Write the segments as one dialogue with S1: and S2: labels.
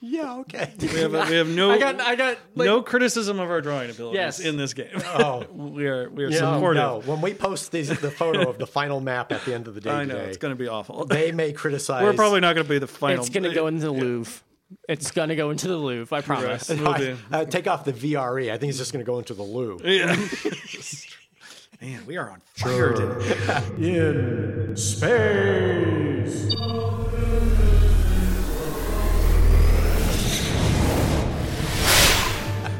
S1: Yeah, okay.
S2: We have, a, we have no
S3: I got, I got, like,
S2: no criticism of our drawing abilities
S3: Yes.
S2: in this game.
S1: Oh.
S2: we are we are
S1: No,
S2: supportive.
S1: no. When we post these, the photo of the final map at the end of the day
S2: I know
S1: today,
S2: it's going to be awful.
S1: they may criticize.
S2: We're probably not going to be the final.
S3: it's going to go into the Louvre. It's going to go into the Louvre, I promise.
S2: Right. We'll do.
S1: uh, take off the VRE. I think it's just going to go into the loo.
S2: Yeah. Man, we are on fire today.
S1: In space.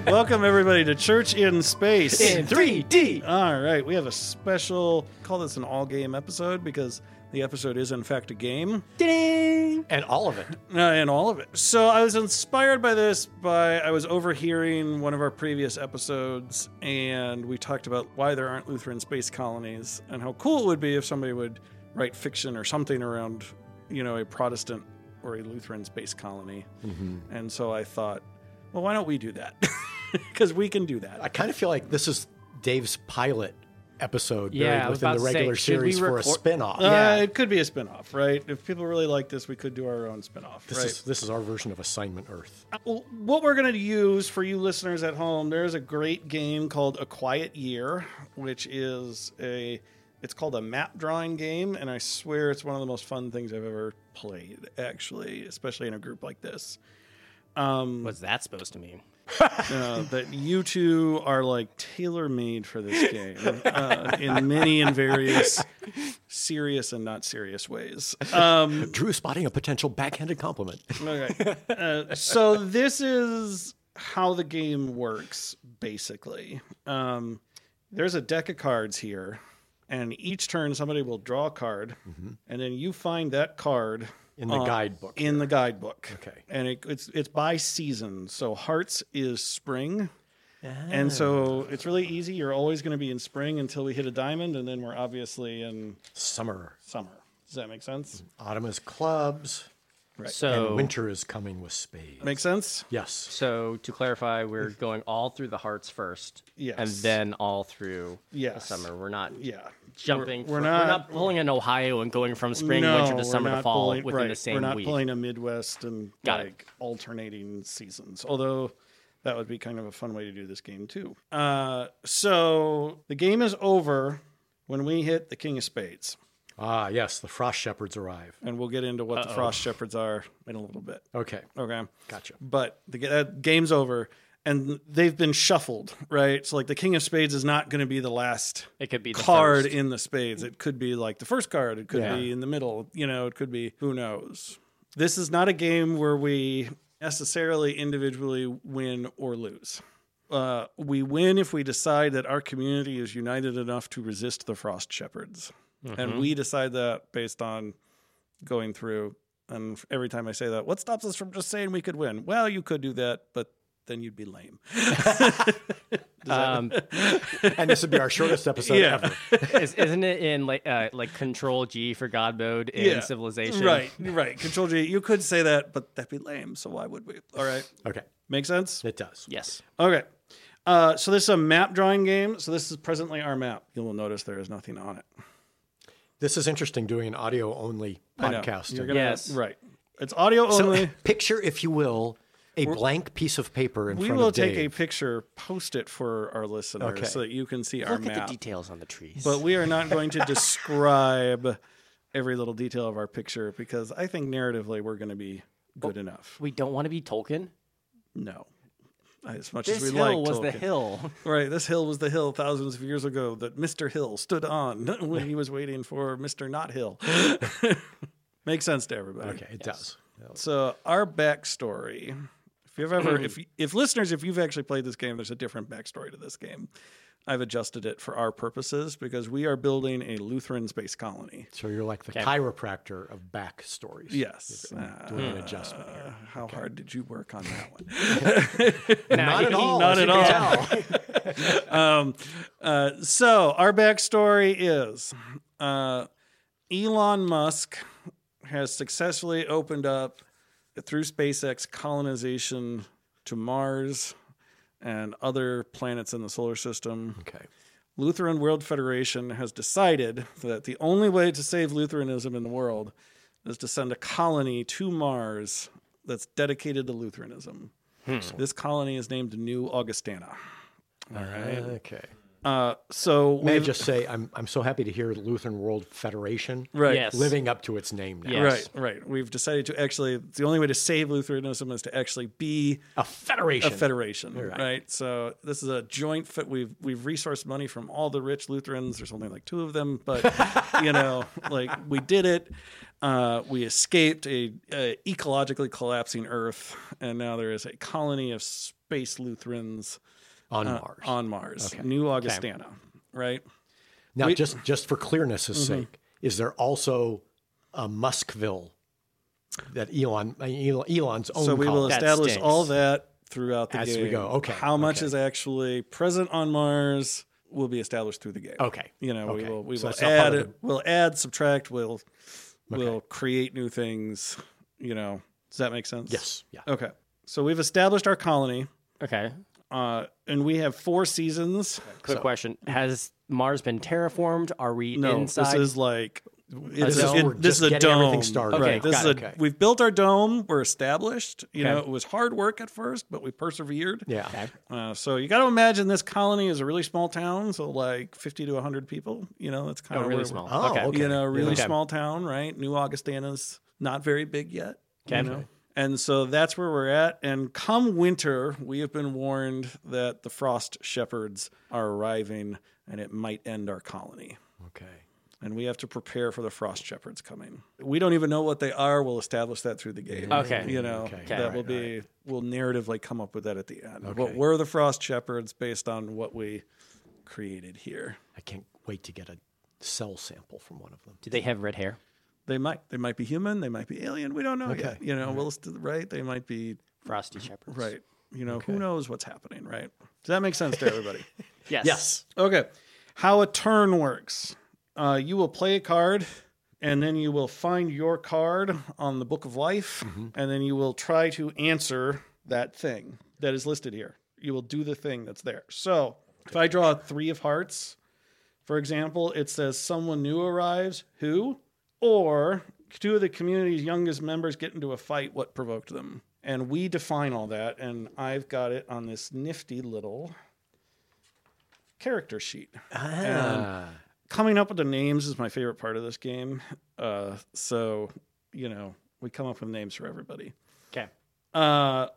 S2: Welcome everybody to Church in Space.
S3: In 3D.
S2: All right, we have a special. Call this an all game episode because the episode is in fact a game.
S3: Ding.
S1: And all of it.
S2: uh, and all of it. So I was inspired by this by I was overhearing one of our previous episodes, and we talked about why there aren't Lutheran space colonies and how cool it would be if somebody would write fiction or something around, you know, a Protestant or a Lutheran space colony.
S1: Mm-hmm.
S2: And so I thought, well, why don't we do that? Because we can do
S1: I
S2: that.
S1: kind of feel like this is Dave's pilot episode buried
S3: Yeah, I was
S1: within the
S3: about to say,
S1: regular
S3: should we
S1: series for a
S3: record-
S1: spin-off.
S2: Uh, it could be a spinoff, right? If people really like this, we could do our own spinoff.
S1: this
S2: right?
S1: is this is our version of Assignment Earth.
S2: Well, what we're going to use for you listeners at home there's a great game called a quiet year which is a it's called a map drawing game and i swear it's one of the most fun things i've ever played actually especially in a group like this
S3: What's that supposed to mean?
S2: uh, that you two are like tailor made for this game uh, in many and various serious and not serious ways Um,
S1: Drew spotting a potential backhanded compliment.
S2: Okay. Uh, so this is how the game works, basically. Um, there's a deck of cards here, and each turn somebody will draw a card, and then you find that card
S1: In the guidebook
S2: In the guidebook.
S1: Okay.
S2: And it, it's it's by season. So hearts is spring. And so it's really easy. You're always going to be in spring until we hit a diamond, and then we're obviously in
S1: Summer,
S2: summer. Does that make sense?
S1: autumn is clubs,
S3: So,
S2: Oh.
S1: and winter is coming with spades.
S2: Make sense?
S1: Yes.
S3: so to clarify, we're going all through the hearts first,
S2: Yes.
S3: and then all through
S2: Yes.
S3: the summer. We're not
S2: Yeah.
S3: jumping.
S2: we're
S3: from-
S2: not-
S3: pulling an Ohio and going from spring,
S2: No,
S3: winter
S2: we're
S3: to summer to
S2: not
S3: fall
S2: pulling-
S3: within
S2: right,
S3: the same
S2: We're not
S3: week.
S2: playing a Midwest and
S3: Got it.
S2: like alternating seasons. Although that would be kind of a fun way to do this game too. Uh, so the game is over when we hit the King of Spades,
S1: Ah, yes. The frost shepherds arrive.
S2: and we'll get into what the Frost Shepherds are in a little bit.
S1: Okay.
S2: Okay,
S1: Gotcha.
S2: but the g- that game's over. And they've been shuffled, right? So, like, the King of Spades is not going to be the last
S3: It could be the
S2: card
S3: first.
S2: in the spades. It could be like the first card. It could
S1: Yeah.
S2: be in the middle. You know, it could be who knows. This is not a game where we necessarily individually win or lose. Uh, we win if we decide that our community is united enough to resist the Frost Shepherds.
S3: Mm-hmm.
S2: And we decide that based on going through. And every time I say that, what stops us from just saying we could win? Well, you could do that, but then you'd be lame.
S3: Um,
S1: And this would be our shortest episode
S2: Yeah.
S1: ever.
S3: is, isn't it in like uh, like Control G for God mode in
S2: Yeah.
S3: Civilization?
S2: Right, right. Control G. You could say that, but that'd be lame. So why would we? All right.
S1: Okay.
S2: Make sense?
S1: It does.
S3: Yes.
S2: Okay. Uh, so this is a map drawing game. So this is presently our map. You will notice there is nothing on it.
S1: This is interesting doing an audio only
S2: No,
S1: podcast.
S2: you're gonna-
S3: Yes.
S2: Right. It's audio only.
S1: So, picture, if you will, a blank piece of paper in
S2: we
S1: front
S2: will
S1: of Dave.
S2: take a picture, post it for our listeners
S1: Okay.
S2: so that you can see our
S3: Look at
S2: map.
S3: the details on the trees.
S2: but we are not going to describe every little detail of our picture because I think narratively we're going to be
S3: Oh.
S2: good enough.
S3: we don't want to be Tolkien.
S2: No. As much
S3: This
S2: as we like
S3: hill was the
S2: Tolkien.
S3: hill.
S2: Right, this hill was the hill thousands of years ago that Mr. Hill stood on when he was waiting for Mr. Not Hill. Makes sense to everybody.
S1: Okay, it does.
S2: So our backstory, if you've ever, if if listeners, if you've actually played this game, there's a different backstory to this game. I've adjusted it for our purposes because we are building a Lutheran space colony.
S1: So you're like the chiropractor of back stories.
S2: Yes. Uh,
S1: Doing an adjustment here.
S2: how hard did you work on that one?
S1: Not at all. as
S2: Not at
S1: you can
S2: all.
S1: tell.
S2: Uh, so our backstory is uh, Elon Musk has successfully opened up through SpaceX colonization to Mars and other planets in the solar system.
S1: okay.
S2: Lutheran World Federation has decided that the only way to save Lutheranism in the world is to send a colony to Mars that's dedicated to Lutheranism. This colony is named New Augustana. All right.
S1: Okay.
S2: Uh, so
S1: May I
S2: we've-
S1: just say I'm I'm so happy to hear Lutheran World Federation
S2: right.
S3: Yes.
S1: living up to its name now.
S3: Yeah. Yes.
S2: Right, right. We've decided to actually, it's the only way to save Lutheranism is to actually be
S1: A federation.
S2: a federation, right.
S1: right.
S2: So this is a joint. Fe- we've we've resourced money from all the rich Lutherans. There's only like two of them, but you know, like we did it. Uh, we escaped a, a ecologically collapsing Earth, and now there is a colony of space Lutherans
S1: on
S2: uh,
S1: Mars.
S2: on Mars, New Augustana, right?
S1: now, just just for clearness'
S2: Mm-hmm.
S1: sake, is there also a Muskville that Elon uh, Elon- Elon's own?
S2: So we will
S1: colony?
S3: That
S2: establish
S3: stinks.
S2: all that throughout the
S1: As we
S2: game.
S1: go. Okay,
S2: How much
S1: okay.
S2: is actually present on Mars will be established through the game.
S1: Okay.
S2: You know, we
S1: Oh, Okay.
S2: will we
S1: So
S2: will
S1: that's not
S2: add
S1: part of
S2: it. We'll add, subtract. We'll we'll create new things. You know, does that make sense?
S1: Yes. Yeah.
S2: Okay. So we've established our colony,
S3: Okay.
S2: uh, and we have four seasons.
S3: Quick question: Has Mars been terraformed? Are we
S2: No,
S3: inside?
S2: this is like it's
S3: dome.
S2: it-
S1: We're
S2: this
S1: just
S2: is a
S1: getting
S2: dome.
S1: everything started.
S3: Okay,
S2: right. This
S3: got
S2: is
S3: it.
S2: a,
S1: Okay.
S2: We've built our dome. We're established. You
S3: Okay.
S2: know, it was hard work at first, but we persevered.
S1: Yeah.
S3: Okay.
S2: Uh, so you got to imagine this colony is a really small town, so like fifty to hundred people. You know, that's kind
S3: Oh,
S2: of
S3: really
S2: where-
S3: small.
S1: Oh,
S3: okay.
S1: okay.
S2: You know, really
S1: Okay.
S2: small town, right? New Augustana's not very big yet. You
S3: Okay.
S2: know? And so that's where we're at. And come winter, we have been warned that the frost shepherds are arriving, and it might end our colony.
S1: Okay.
S2: And we have to prepare for the frost shepherds coming. We don't even know what they are. We'll establish that through the game.
S3: Okay.
S2: You know,
S1: Okay.
S2: that
S1: Alright,
S2: will be, we'll narratively come up with that at the end. What
S1: Okay.
S2: were the frost shepherds based on what we created here?
S1: I can't wait to get a cell sample from one of them.
S3: Do they have red hair?
S2: They might, they might be human. They might be alien. We don't know
S1: Okay.
S2: yet. You know, we'll, st- right? They might be,
S3: Frosty shepherds.
S2: right. You know, who knows what's happening, right? Does that make sense to everybody?
S3: Yes.
S1: Yes.
S2: Okay. How a turn works. Uh, you will play a card, and then you will find your card on the Book of Life, and then you will try to answer that thing that is listed here. You will do the thing that's there. So if I draw a three of hearts, for example, it says someone new arrives, who? Or two of the community's youngest members get into a fight, what provoked them? And we define all that, and I've got it on this nifty little character sheet.
S1: Ah.
S2: Coming up with the names is my favorite part of this game. Uh, so, you know, we come up with names for everybody.
S3: Okay.
S2: Uh,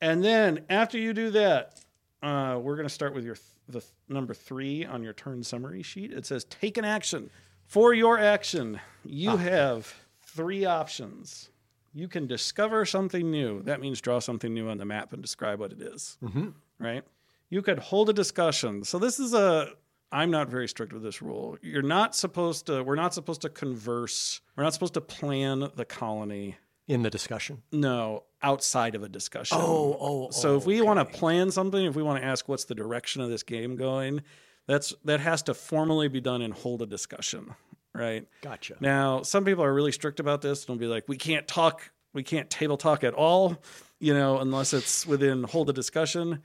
S2: and then after you do that, uh, we're going to start with your th- the th- number three on your turn summary sheet. It says take an action. For your action, you have three options. You can discover something new. That means draw something new on the map and describe what it is
S1: Mm-hmm.
S2: right? You could hold a discussion. So this is a I'm not very strict with this rule. You're not supposed to we're not supposed to converse. We're not supposed to plan the colony.
S1: in the discussion.
S2: No, outside of a discussion.
S1: Oh, oh, oh,
S2: So if we want to plan something, if we want to ask what's the direction of this game going, that's that has to formally be done and hold a discussion, right?
S1: Gotcha.
S2: Now, some people are really strict about this and will be like, we can't talk, we can't table talk at all, you know, unless it's within hold a discussion.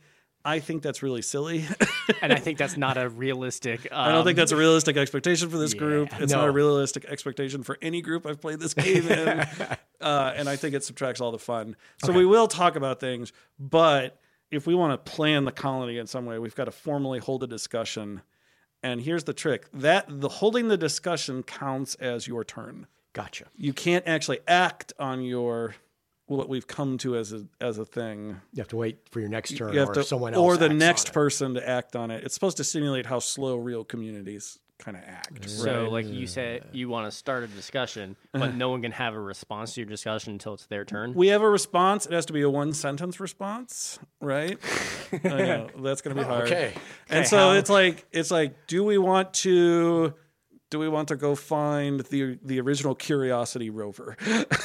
S2: I think that's really silly.
S3: And I think that's not a realistic. Um,
S2: I don't think that's a realistic expectation for this group. It's not
S1: No.
S2: a realistic expectation for any group I've played this game in. uh, and I think it subtracts all the fun. So we will talk about things, but if we want to plan the colony in some way, we've got to formally hold a discussion. And here's the trick: that the holding the discussion counts as your turn
S1: Gotcha.
S2: you can't actually act on your what we've come to as a as a thing.
S1: You have to wait for your next turn
S2: You have
S1: or
S2: to,
S1: someone else.
S2: or the
S1: acts on
S2: next
S1: it.
S2: person to act on it. It's supposed to simulate how slow real communities kind of act.
S3: So, like you said, you want to start a discussion,
S2: Uh-huh.
S3: but no one can have a response to your discussion until it's their turn.
S2: We have a response. It has to be a one sentence response, right? I know, that's going to be hard.
S1: Okay.
S2: And so it's like it's like do we want to do we want to go find the the original Curiosity rover?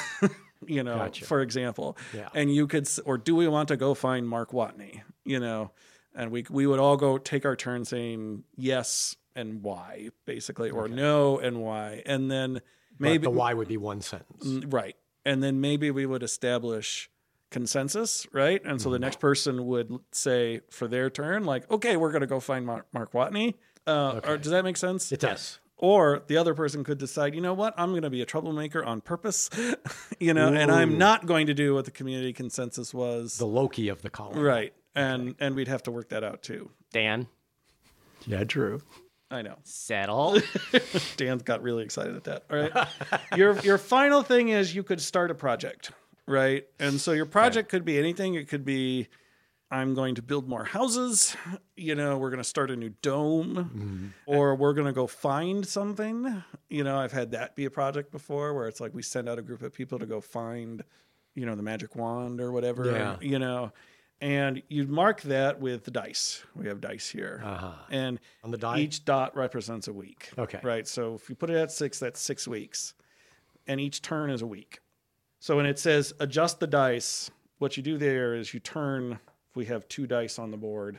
S2: you know, for example.
S1: Yeah.
S2: And you could s- or do we want to go find Mark Watney, you know? And we we would all go take our turn saying yes and why basically or no and why. And then
S1: But
S2: maybe
S1: the why would be one sentence.
S2: Right. And then maybe we would establish consensus, right? And so the next person would say for their turn, like, okay, we're going to go find Mar- Mark Watney. Uh, or, does that make sense?
S1: It does.
S2: Or the other person could decide, you know what, I'm going to be a troublemaker on purpose, you know, and I'm not going to do what the community consensus was.
S1: The Loki of the column.
S2: right. And and we'd have to work that out too.
S3: Dan,
S1: Yeah, Drew.
S2: I know.
S3: settle.
S2: Dan's got really excited at that. All right. your your final thing is you could start a project, right? And so your project could be anything. It could be I'm going to build more houses, you know, we're going to start a new dome or we're going to go find something. You know, I've had that be a project before where it's like we send out a group of people to go find, you know, the magic wand or whatever,
S1: Yeah.
S2: you know. And you mark that with the dice. We have dice here.
S1: Uh-huh.
S2: And
S1: On the die?
S2: each dot represents a week.
S1: Okay.
S2: Right. So if you put it at six, that's six weeks. And each turn is a week. So when it says adjust the dice, what you do there is you turn, if we have two dice on the board,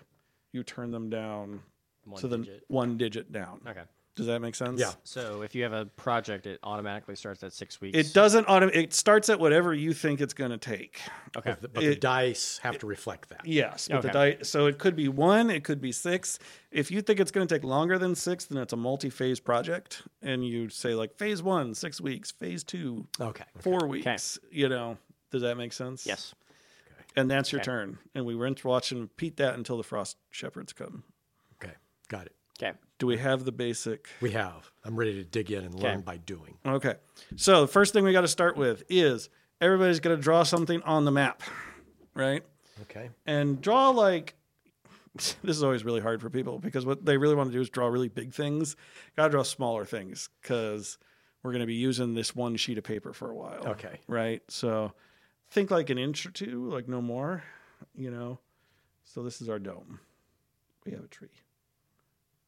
S2: you turn them down
S3: One
S2: to the
S3: digit.
S2: one digit down.
S3: Okay.
S2: Does that make sense?
S1: Yeah.
S3: So if you have a project, it automatically starts at six weeks.
S2: It doesn't auto it starts at whatever you think it's gonna take.
S3: Okay.
S1: But the, but the dice have to reflect that.
S2: Yes, but the
S3: Okay.
S2: dice so it could be one, it could be six. If you think it's going to take longer than six, then it's a multi-phase project, and you say like phase one, six weeks; phase two,
S1: Okay.
S2: four weeks. You know, does that make sense?
S3: Yes.
S2: And that's your turn, and we rinse, watch, and repeat that until the frost shepherds come.
S1: Okay. Got it.
S3: Okay.
S2: Do we have the basic?
S1: We have. I'm ready to dig in and learn by doing.
S2: Okay, so the first thing we got to start with is everybody's going to draw something on the map, right?
S1: Okay.
S2: and draw like this is always really hard for people because what they really want to do is draw really big things. Got to draw smaller things because we're going to be using this one sheet of paper for a while.
S1: Okay.
S2: Right. So think like an inch or two, like no more, you know. So this is our dome. We have a tree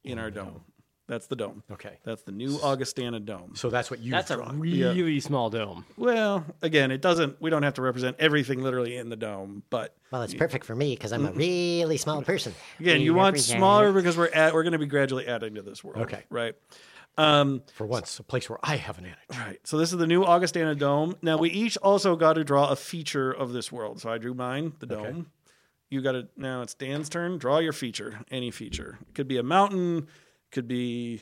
S2: in our dome. That's the dome.
S1: Okay.
S2: That's the new Augustana dome.
S1: So that's what you
S3: That's a
S1: drawn.
S3: really small dome.
S2: Well, again, it doesn't, we don't have to represent everything literally in the dome, but
S4: Well, it's perfect for me because I'm a really small person.
S2: Again,
S4: We
S2: you want
S4: represent-
S2: smaller because we're at, we're going to be gradually adding to this world.
S1: Okay.
S2: Right. Um,
S1: For once, a place where I have an advantage.
S2: right. So this is the new Augustana dome. Now we each also got to draw a feature of this world. So I drew mine, the dome. You got to now it's Dan's turn. Draw your feature, any feature. It could be a mountain, could be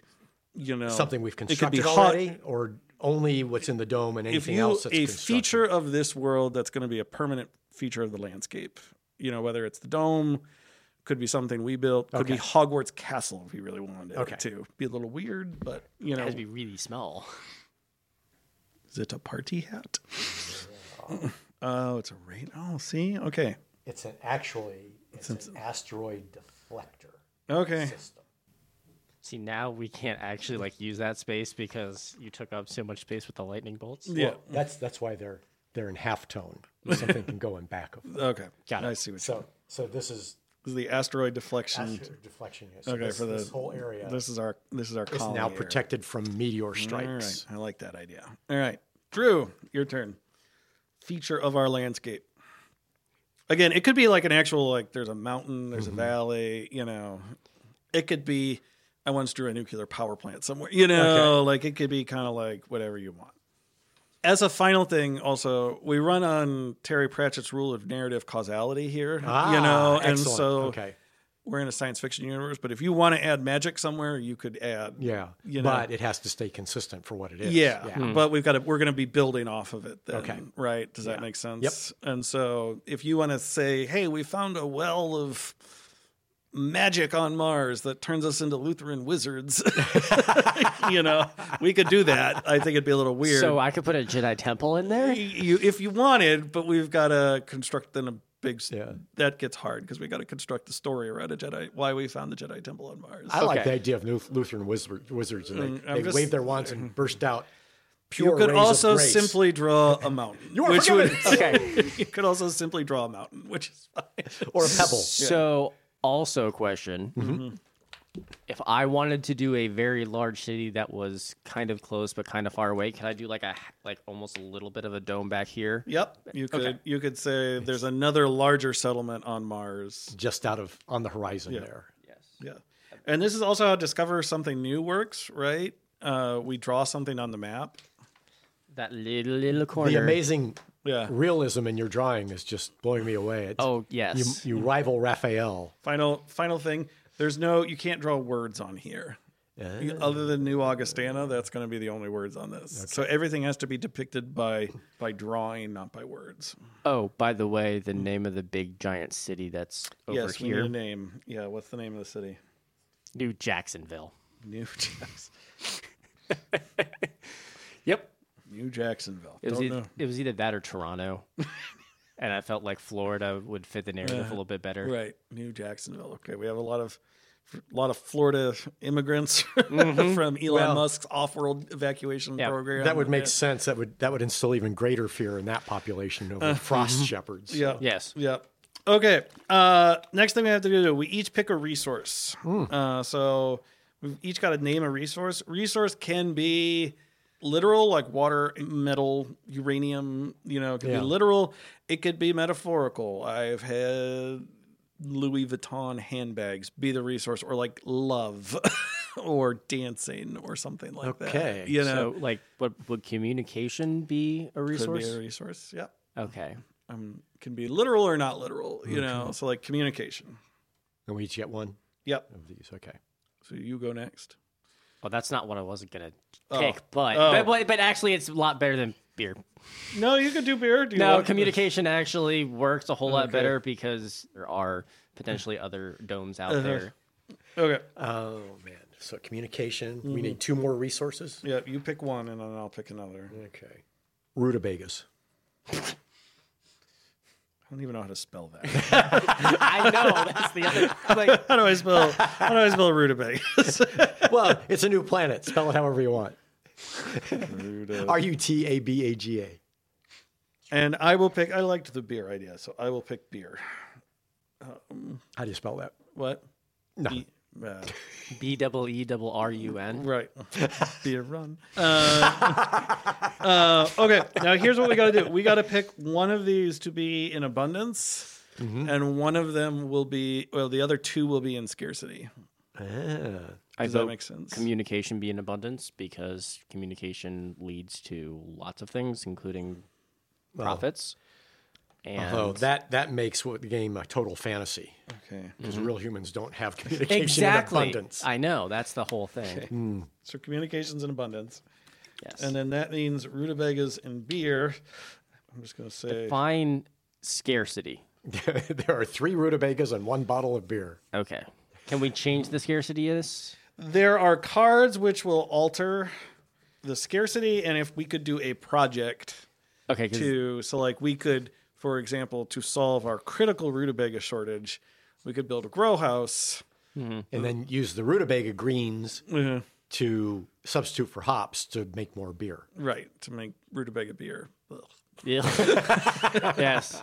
S2: you know
S1: Something we've
S2: it could
S1: constructed
S2: be hot-
S1: already, or only what's in the dome and
S2: if
S1: anything
S2: you
S1: else that's
S2: a
S1: constructed.
S2: feature of this world that's going to be a permanent feature of the landscape you know whether it's the dome could be something we built could be
S1: Okay.
S2: hogwarts castle if you really wanted
S1: Okay.
S2: it to be a little weird but you
S3: It
S2: know
S3: has to be really small.
S2: is it a party hat oh it's a rain oh see okay
S1: It's an actually it's an asteroid deflector
S2: okay
S1: system.
S3: See, now we can't actually like use that space because you took up so much space with the lightning bolts.
S2: yeah
S1: That's that's why they're they're in half tone. Something can go in back of them.
S2: okay
S3: Got it.
S2: i see what
S1: So so this is
S2: you the asteroid deflection
S1: asteroid deflection. is. So
S2: okay
S1: this,
S2: for the
S1: this whole area
S2: this is our this is our
S1: is
S2: colony
S1: now
S2: area.
S1: protected from meteor
S2: All right.
S1: strikes.
S2: I like that idea. All right. Drew, your turn. Feature of our landscape. Again, it could be like an actual like there's a mountain, there's a valley, you know. It could be I once drew a nuclear power plant somewhere. You know, like it could be kind of like whatever you want. As a final thing, also, we run on Terry Pratchett's rule of narrative causality here.
S1: Ah,
S2: you know, and
S1: excellent.
S2: so
S1: okay,
S2: we're in a science fiction universe, but if you want to add magic somewhere, you could add
S1: yeah,
S2: you know.
S1: but it has to stay consistent for what it is.
S2: yeah, but we've got to, we're going to be building off of it. Then,
S1: Okay.
S2: right? Does that make sense? Yep. And so, if you want to say, "Hey, we found a well of magic on Mars that turns us into Lutheran wizards," you know, we could do that. I think it'd be a little weird.
S3: So I could put a Jedi temple in there.
S2: you, if you wanted, but we've got to construct then a big. s-
S1: Yeah.
S2: That gets hard because we got to construct the story around a Jedi. Why we found the Jedi temple on Mars.
S1: I like
S3: Okay.
S1: the idea of Luth- Lutheran wizard, wizards, and
S2: Mm,
S1: they,
S2: I'm
S1: they
S2: just-
S1: wave their wands and burst out pure
S2: you could
S1: rays of
S2: also
S1: grace.
S2: simply draw a mountain,
S1: You are
S2: which would
S3: Okay.
S2: you could also simply draw a mountain, which is fine.
S1: or a pebble.
S3: So also question. If I wanted to do a very large city that was kind of close but kind of far away, could I do like a like almost a little bit of a dome back here?
S2: Yep, you could you could say there's another larger settlement on Mars.
S1: just out of on the horizon there.
S2: Yeah, and this is also how discover something new works, right? Uh, we draw something on the map.
S3: That little little corner.
S1: The amazing
S2: Yeah.
S1: realism in your drawing is just blowing me away. It's,
S3: Oh yes.
S1: you rival Raphael.
S2: Final final thing. There's no you can't draw words on here.
S3: Oh.
S2: Other than New Augustana, that's going to be the only words on this. So everything has to be depicted by by drawing, not by words.
S3: Oh, by the way, the name of the big giant city that's over
S2: yes, we need
S3: here,
S2: a name. Yeah, what's the name of the city?
S3: New Jacksonville.
S2: New Jackson,
S3: Yep.
S2: New Jacksonville.
S3: It was,
S2: Don't
S3: either,
S2: know.
S3: it was either that or Toronto. and I felt like Florida would fit the narrative a little bit better.
S2: Right, New Jacksonville. Okay, we have a lot of a lot of Florida immigrants from Elon Musk's off-world evacuation
S3: Yeah,
S2: program.
S1: That would make
S2: Yeah.
S1: sense. That would that would instill even greater fear in that population of frost shepherds.
S2: Uh-huh. Yeah.
S3: Yes.
S2: Yeah. Okay. Uh, next thing we have to do, we each pick a resource. Uh, so we've each got to name a resource. Resource can be literal, like water, metal, uranium. You know, it could
S1: Yeah.
S2: be literal. It could be metaphorical. I've had Louis Vuitton handbags be the resource, or like love, or dancing, or something like that.
S1: Okay.
S2: You know,
S3: So, like, what would communication be a
S2: could
S3: resource?
S2: be a resource. Yep.
S3: okay.
S2: Um, can be literal or not literal. You know, so like communication.
S1: And we each get one
S2: Yep.
S1: of these. Okay.
S2: So you go next.
S3: Well, that's not what I wasn't gonna
S2: Oh.
S3: pick, but,
S2: Oh.
S3: but but but actually, it's a lot better than beer.
S2: No, you could do beer. Do you
S3: No,
S2: want-
S3: communication actually works a whole lot
S2: Okay.
S3: better because there are potentially other domes out
S2: Uh-huh.
S3: there.
S2: Okay.
S1: Oh man. So communication. We need two more resources.
S2: Yeah, you pick one, and then I'll pick another.
S1: Okay. Rutabagas.
S2: I don't even know how to spell that.
S3: I know that's the other. Like,
S2: how do I spell? How do I spell rutabagas?
S1: well, it's a new planet. Spell it however you want.
S2: Ruta-
S1: R U T A B A G A.
S2: and I will pick. I liked the beer idea, so I will pick beer.
S1: How do you spell that?
S2: What?
S1: No.
S2: Be- uh,
S3: B double E double R U N.
S2: right. beer run. Uh, uh, okay. Now here's what we got to do. We got to pick one of these to be in abundance. And one of them will be, well, the other two will be in scarcity.
S1: Ah.
S3: I
S2: Does that
S3: vote
S2: make sense?
S3: communication be in abundance because communication leads to lots of things, including profits. And
S1: Oh, that that makes what the game a total fantasy
S2: okay.
S1: because real humans don't have communication in
S3: exactly.
S1: abundance.
S3: I know that's the whole thing.
S2: So communications in abundance.
S3: Yes.
S2: And then that means rutabagas and beer. I'm just going to say
S3: Define scarcity.
S1: there are three rutabagas and one bottle of beer.
S3: Okay. Can we change the scarcity of this?
S2: there are cards which will alter the scarcity. And if we could do a project
S3: Okay, 'cause
S2: to, so like we could, for example, to solve our critical rutabaga shortage, we could build a grow house.
S1: and then use the rutabaga greens
S3: Mm-hmm.
S1: to substitute for hops to make more beer.
S2: Right, to make rutabaga beer. Ugh.
S3: Yeah. yes.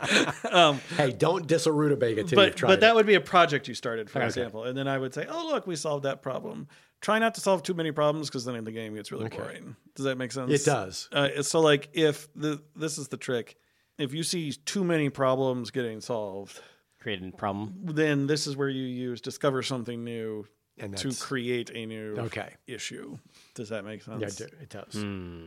S1: Hey, don't diss a rutabaga till you've
S2: But
S1: tried
S2: but that
S1: it.
S2: would be a project you started, for example, and then I would say, "Oh, look, we solved that problem." Try not to solve too many problems because then the game gets really boring. Does that make sense?
S1: It does.
S2: Uh, so like if the this is the trick, if you see too many problems getting solved,
S3: Create a problem.
S2: then this is where you use discover something new
S1: And
S2: to
S1: that's,
S2: create a new
S1: Okay.
S2: issue. Does that make sense?
S1: yeah, it do- it does. Hmm.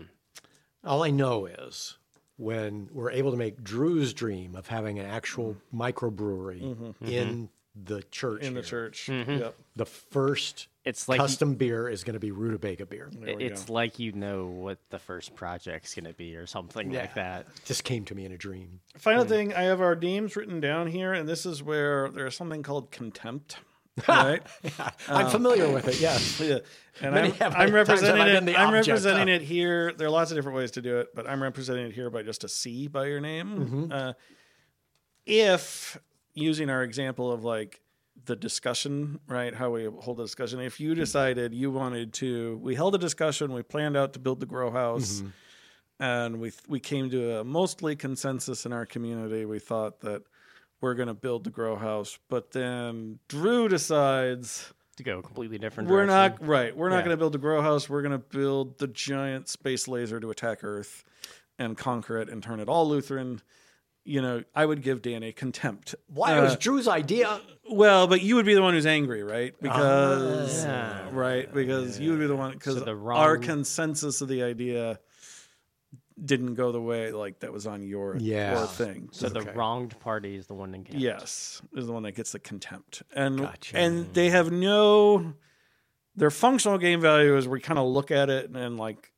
S1: All I know is when we're able to make Drew's dream of having an actual microbrewery in the church,
S2: In the
S1: here,
S2: church. Yep.
S1: the first
S3: It's like
S1: custom beer is going to be rutabaga beer.
S3: it's like you know what the first project's gonna be or something like that.
S1: Just came to me in a dream.
S2: Final thing, I have our names written down here, and this is where there's something called contempt. Right?
S1: I'm familiar with it. Yes.
S2: Yeah. uh, And
S1: Many
S2: I'm,
S1: have I-
S2: I'm
S1: times have I
S2: representing
S1: been
S2: it.
S1: the
S2: I'm
S1: object
S2: representing
S1: of-
S2: it here. There are lots of different ways to do it, but I'm representing it here by just a C by your name.
S1: Mm-hmm.
S2: Uh, if using our example of like the discussion, right? How we hold a discussion. If you decided you wanted to, we held a discussion. We planned out to build the grow house.
S1: Mm-hmm.
S2: And we we came to a mostly consensus in our community. We thought that we're going to build the grow house, but then Drew decides
S3: To go a completely different
S2: we're
S3: direction.
S2: not right. We're not
S3: Yeah.
S2: going to build the grow house. We're going to build the giant space laser to attack Earth and conquer it and turn it all Lutheran. You know, I would give Danny contempt.
S1: Why
S2: Uh,
S1: was Drew's idea?
S2: Well, but you would be the one who's angry, right? Because
S3: Ah.
S2: right because you would be the one because
S3: So the
S2: our
S3: wrong-
S2: consensus of the idea didn't go the way like that was on your
S1: Yeah.
S2: your thing.
S3: So the
S1: Okay.
S3: wronged party is the one in
S2: Yes, is the one that gets the contempt, and
S1: Gotcha.
S2: and they have no Their functional game value is we kind of look at it and, then like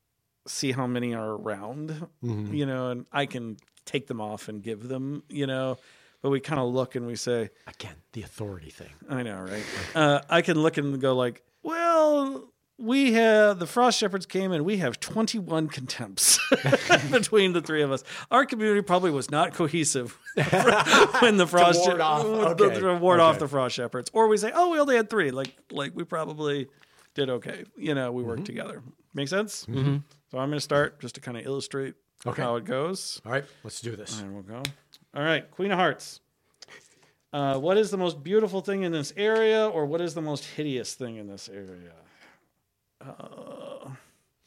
S2: see how many are around,
S1: Mm-hmm.
S2: you know, and I can take them off and give them, you know, but we kind of look and we say,
S1: Again, the authority thing.
S2: I know, right? Uh, I can look and go like, well, we have the Frost Shepherds came and we have 21 contempts between the three of us. Our community probably was not cohesive when the Frost
S1: ward off.
S2: the-
S1: Okay.
S2: to ward off
S1: Okay.
S2: the Frost Shepherds, or we say, oh, we only had three. Like, like we probably did okay. You know, we worked
S1: Mm-hmm.
S2: together. Make sense? Mm-hmm. So I'm going to start just to kind of illustrate
S1: Okay.
S2: how it goes.
S1: All right, let's do this.
S2: And we'll go. All right, Queen of Hearts. Uh, what is the most beautiful thing in this area, or what is the most hideous thing in this area? Uh,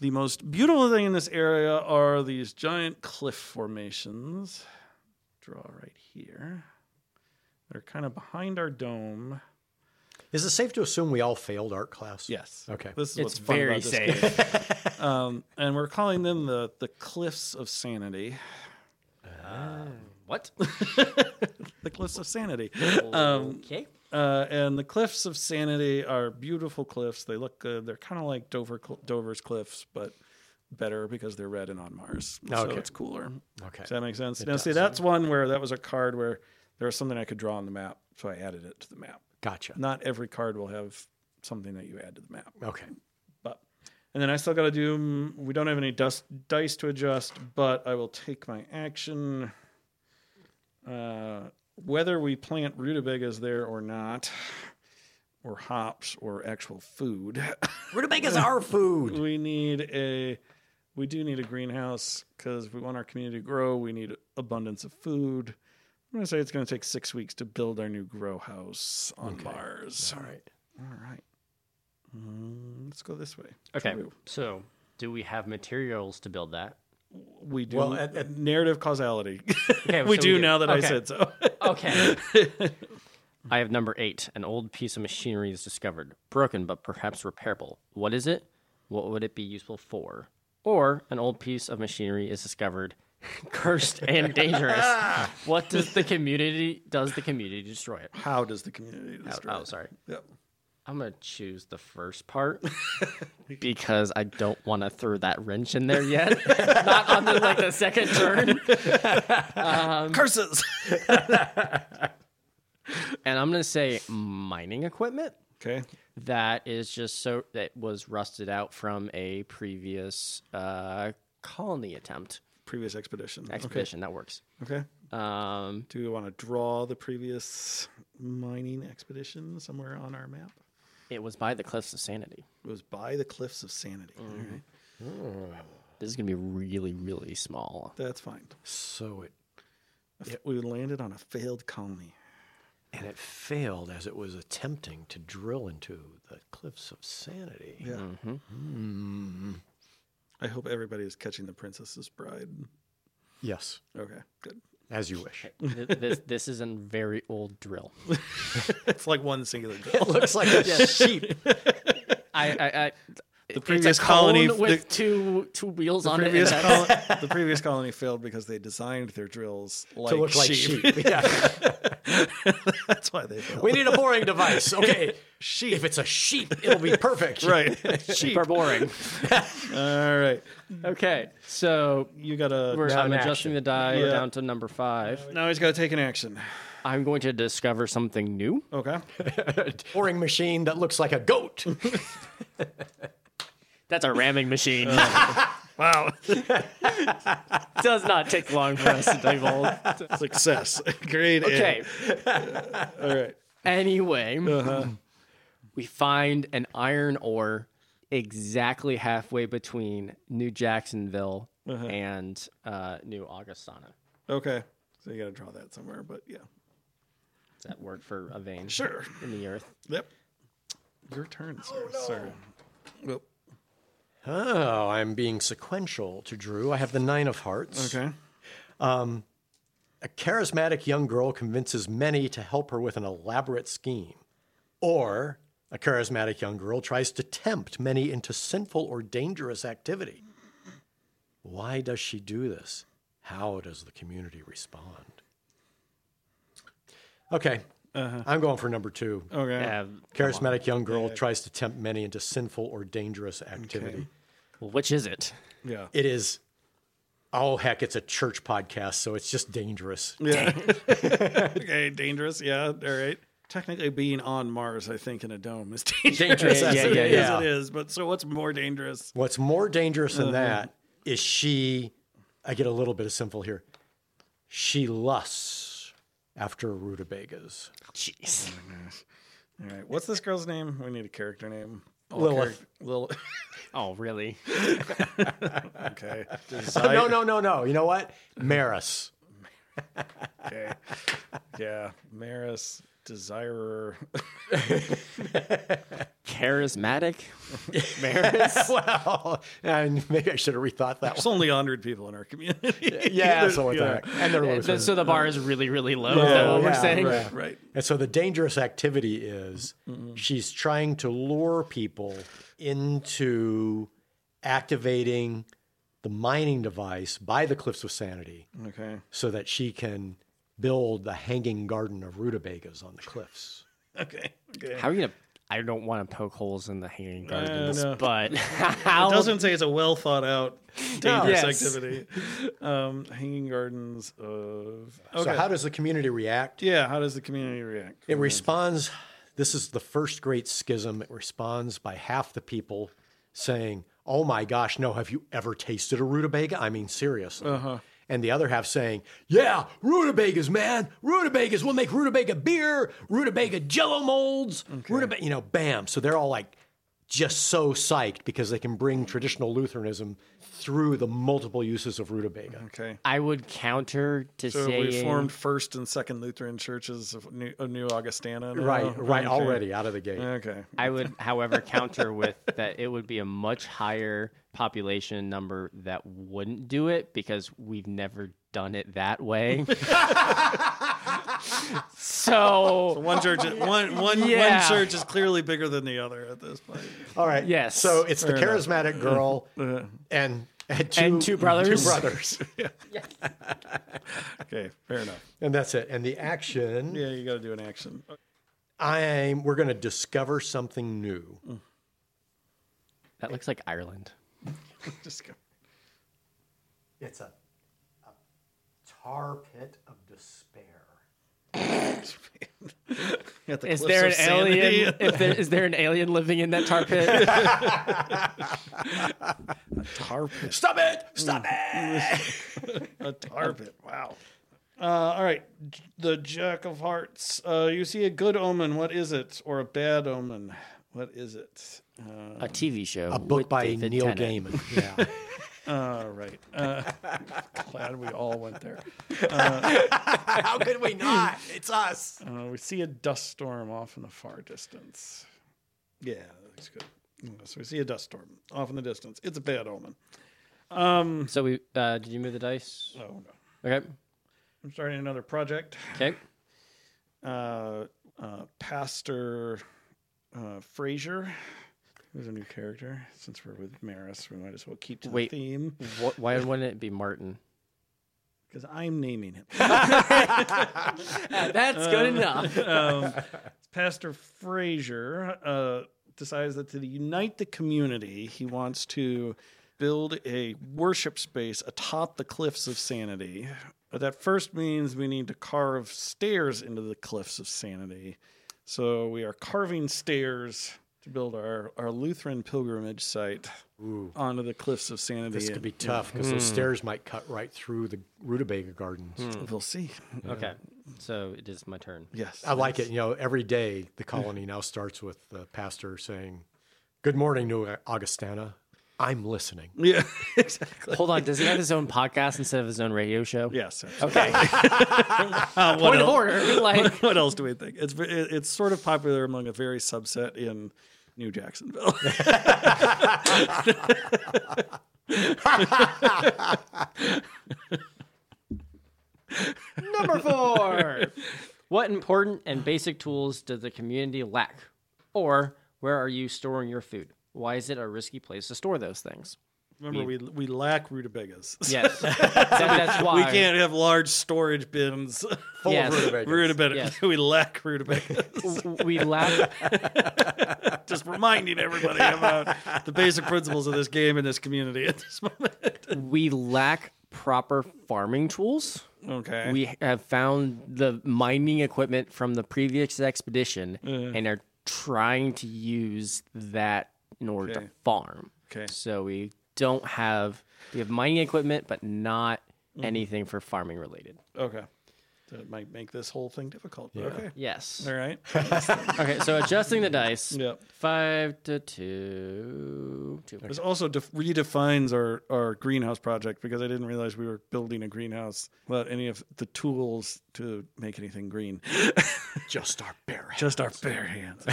S2: the most beautiful thing in this area are these giant cliff formations. Draw right here. They're kind of behind our dome.
S1: Is it safe to assume we all failed art class?
S2: Yes.
S1: Okay.
S2: This is
S3: It's
S2: what's fun
S3: very
S2: about this game.
S3: safe.
S2: Um, and we're calling them the the cliffs of sanity.
S3: what?
S2: The cliffs of sanity. Um,
S3: Okay.
S2: uh, and the cliffs of sanity are beautiful cliffs. They look good. They're kind of like Dover cl- Dover's cliffs, but better because they're red and on Mars. So
S1: Okay.
S2: it's cooler.
S1: Okay.
S2: Does that make sense? now, see, that's one where that was a card where there was something I could draw on the map, so I added it to the map.
S1: Gotcha.
S2: Not every card will have something that you add to the map,
S1: Okay.
S2: but. And then I still got to do. mm, We don't have any dust, dice to adjust, but I will take my action. Uh, whether we plant rutabagas there or not, or hops or actual food,
S1: Rutabagas are food.
S2: we need a. We do need a greenhouse because we want our community to grow. We need abundance of food. I'm gonna say it's gonna take six weeks to build our new grow house on Mars.
S1: All right.
S2: All right. Mm, let's go this way.
S3: Okay.
S2: True.
S3: So, do we have materials to build that?
S2: We do
S1: Well, at- at-
S2: narrative causality.
S3: Okay,
S2: Oh, we
S3: so
S2: do now that I
S3: okay.
S2: said so.
S3: Okay. I have number eight. An old piece of machinery is discovered, broken but perhaps repairable. What is it? What would it be useful for? Or an old piece of machinery is discovered, cursed and dangerous. what does the community? Does the community destroy it?
S2: How does the community destroy?
S3: Oh,
S2: it?
S3: sorry.
S2: Yep.
S3: I'm gonna choose the first part because I don't want to throw that wrench in there yet. Not on the, like the second turn. Um,
S2: Curses.
S3: And I'm gonna say mining equipment.
S2: okay.
S3: that is just so that was rusted out from a previous uh, colony attempt
S2: Previous expedition.
S3: expedition. That works.
S2: Okay. okay.
S3: Um,
S2: Do we want to draw the previous mining expedition somewhere on our map?
S3: it was by the cliffs of sanity.
S2: It was by the cliffs of sanity. All
S3: Mm-hmm.
S2: right.
S3: This is gonna be really, really small.
S2: That's fine.
S1: So it
S2: We landed on a failed colony.
S1: and it failed as it was attempting to drill into the cliffs of sanity.
S2: Yeah.
S3: Mm-hmm.
S2: Hmm. I hope everybody is catching the Princess's Bride.
S1: Yes,
S2: Okay, good.
S1: as you wish.
S3: Th- this, this is a very old drill.
S2: It's like one singular drill.
S1: It looks like a sheep.
S3: I, I, I
S2: The
S3: it's a cone with two two wheels on it.
S2: previous
S3: and that's-
S2: col- the previous colony failed because they designed their drills like,
S1: to look like
S2: sheep.
S1: sheep. Yeah.
S2: That's why they failed.
S1: we need a boring device. Okay. Sheep. If it's a sheep, it'll be perfect.
S2: right. sheep.
S3: Super boring.
S2: All right.
S3: Okay, so
S2: You got
S3: we're,
S2: to.
S1: Now
S3: I'm
S1: an
S3: adjusting
S1: action.
S3: the die
S2: Yeah.
S3: down to number five.
S2: Now he's got to take an action.
S3: I'm going to discover something new.
S2: Okay.
S1: Boring machine that looks like a goat.
S3: That's a ramming machine.
S2: Wow.
S3: does not take long for us to divulge.
S2: Success. Grade A.
S3: Okay.
S2: All right. Uh-huh.
S3: Anyway, we find an iron ore exactly halfway between New Jacksonville
S2: Uh-huh.
S3: and uh, New Augustana.
S2: Okay. So you got to draw that somewhere, but yeah.
S3: Does that work for a vein
S2: Sure.
S3: in the earth?
S2: Yep. Your turn, sir. sir. Well,
S1: Oh, I'm being sequential to Drew. I have the nine of hearts.
S2: okay.
S1: A charismatic young girl convinces many to help her with an elaborate scheme. Or a charismatic young girl tries to tempt many into sinful or dangerous activity. Why does she do this? How does the community respond? Okay, I'm going for number two.
S2: Okay.
S3: Uh,
S1: Charismatic young girl tries to tempt many into sinful or dangerous activity.
S3: which is it?
S2: Yeah.
S1: It is, oh heck, it's a church podcast, so it's just dangerous.
S2: Okay. Dangerous. Yeah. All right. Technically, being on Mars, I think, in a dome is dangerous.
S3: Dangerous,
S2: as
S3: yeah,
S2: it
S3: yeah,
S2: is,
S1: yeah.
S2: it is. But so, what's more dangerous?
S1: What's more dangerous than that is she, I get a little bit of sinful here, she lusts after rutabagas.
S3: Jeez.
S2: Mm-hmm. All right. What's this girl's name? We need a character name. All
S1: Lilith.
S2: charac- Lil-
S3: Oh, really?
S2: okay.
S1: Oh,
S2: Desire.
S1: no, no, no, no. You know what? Maris.
S2: Okay. Yeah. Maris. Desirer.
S3: Charismatic?
S1: well, and maybe I should have rethought that one.
S2: There's only 100 people in our community.
S1: Yeah, so with that. And they're
S3: Uh,
S1: losing.
S3: So the bar is really, really low. is that what we're
S1: yeah,
S3: saying?
S1: right.
S2: Right.
S1: And so the dangerous activity is she's trying to lure people into activating the mining device by the Cliffs of Sanity
S2: Okay.
S1: so that she can build the hanging garden of rutabagas on the cliffs.
S2: Okay. Okay.
S3: How are you gonna? I don't want to poke holes in the hanging gardens,
S2: no.
S3: but how?
S2: It doesn't say it's a well thought out dangerous
S3: Yes.
S2: activity. Um, hanging gardens of. Okay.
S1: So, how does the community react?
S2: yeah. How does the community react?
S1: It responds, this is the first great schism. It responds by half the people saying, Oh my gosh, no, have you ever tasted a rutabaga? I mean, seriously.
S2: Uh-huh.
S1: And the other half saying, Yeah, rutabagas, man. Rutabagas. We'll make rutabaga beer, rutabaga jello molds, rutabaga, you know, bam. So they're all like just so psyched because they can bring traditional Lutheranism through the multiple uses of rutabaga.
S2: Okay.
S3: I would counter to
S2: So
S3: saying
S2: we formed first and second Lutheran churches of New, of New Augustana. now?
S1: Right, right,
S2: Oh, Okay.
S1: already out of the gate.
S2: Okay.
S3: I would, however, counter with that it would be a much higher population number that wouldn't do it because we've never done it that way. so,
S2: One church, is- one one- one
S3: Yeah.
S2: church is clearly bigger than the other at this point.
S1: All right.
S3: Yes.
S1: So it's the charismatic girl and, Uh-huh. and, two,
S3: And two brothers.
S1: Two brothers.
S2: Okay, fair enough.
S1: and that's it. And the action
S2: Yeah, you got to do an action.
S1: I'm we're gonna discover something new.
S3: that looks like Ireland.
S2: Just go.
S1: It's a, a tar pit of despair.
S2: Got the
S3: Is
S2: cliffs
S3: there an
S2: of sanity.
S3: alien? If there, is there an alien living in that tar pit?
S2: Tar pit.
S1: Stop it! Stop it!
S2: A tar pit. Wow. Uh, all right, J- the Jack of Hearts. Uh, you see a good omen. What is it? Or a bad omen? What is it? Uh,
S3: a TV show.
S1: A book by Neil Gaiman. Yeah.
S2: all right. Uh, glad we all went there.
S1: How could we not? It's us.
S2: Uh, we see a dust storm off in the far distance. Yeah, that looks good. Uh, So we see a dust storm off in the distance. It's a bad omen. Um.
S3: So we uh, did you move the dice?
S2: Oh no.
S3: Okay.
S2: I'm starting another project.
S3: Okay.
S2: uh, uh, Pastor uh, Frazier, who's a new character. Since we're with Maris, we might as well keep to
S3: Wait.
S2: the theme
S3: Wh- why wouldn't it be Martin?
S2: because I'm naming him.
S3: That's good enough.
S2: um, Pastor Frazier uh, decides that to unite the community, he wants to build a worship space atop the cliffs of sanity. But that first means we need to carve stairs into the cliffs of sanity. So we are carving stairs to build our, our Lutheran pilgrimage site onto the cliffs of sanity.
S1: This could be tough because those stairs might cut right through the rutabaga gardens.
S2: We'll see.
S3: Okay. So it is my turn.
S2: Yes.
S1: I like it. You know, every day the colony now starts with the pastor saying, "Good morning, New Augustana. I'm listening."
S2: Yeah, exactly.
S3: Hold on. Does he have his own podcast instead of his own radio show?
S2: Yes.
S3: Okay.
S2: Uh, what
S3: Point of
S2: else?
S3: order. Like,
S2: what else do we think? It's ve- it- it's sort of popular among a very subset in New Jacksonville.
S3: number four. what important and basic tools does the community lack? Or where are you storing your food? Why is it a risky place to store those things?
S2: Remember, we we lack rutabagas.
S3: Yes. That- that's why
S2: we can't have large storage bins.
S1: Full
S3: Yes.
S1: of rutabagas.
S2: rutabaga.
S3: Yes.
S2: We lack rutabagas.
S3: We lack.
S2: Just reminding everybody about the basic principles of this game and this community at this moment.
S3: We lack proper farming tools.
S2: Okay.
S3: We have found the mining equipment from the previous expedition
S2: Uh-huh.
S3: and are trying to use that in order
S2: Okay.
S3: to farm.
S2: Okay.
S3: So we don't have we have mining equipment, but not
S2: Mm-hmm.
S3: anything for farming related.
S2: okay. That might make this whole thing difficult. but Okay.
S3: Yes.
S2: All right.
S3: Okay. So adjusting the dice.
S2: Yep.
S3: Five to two. Two.
S2: This also def- redefines our, our greenhouse project because I didn't realize we were building a greenhouse without any of the tools to make anything green.
S1: Just our bare hands.
S2: Just our bare hands.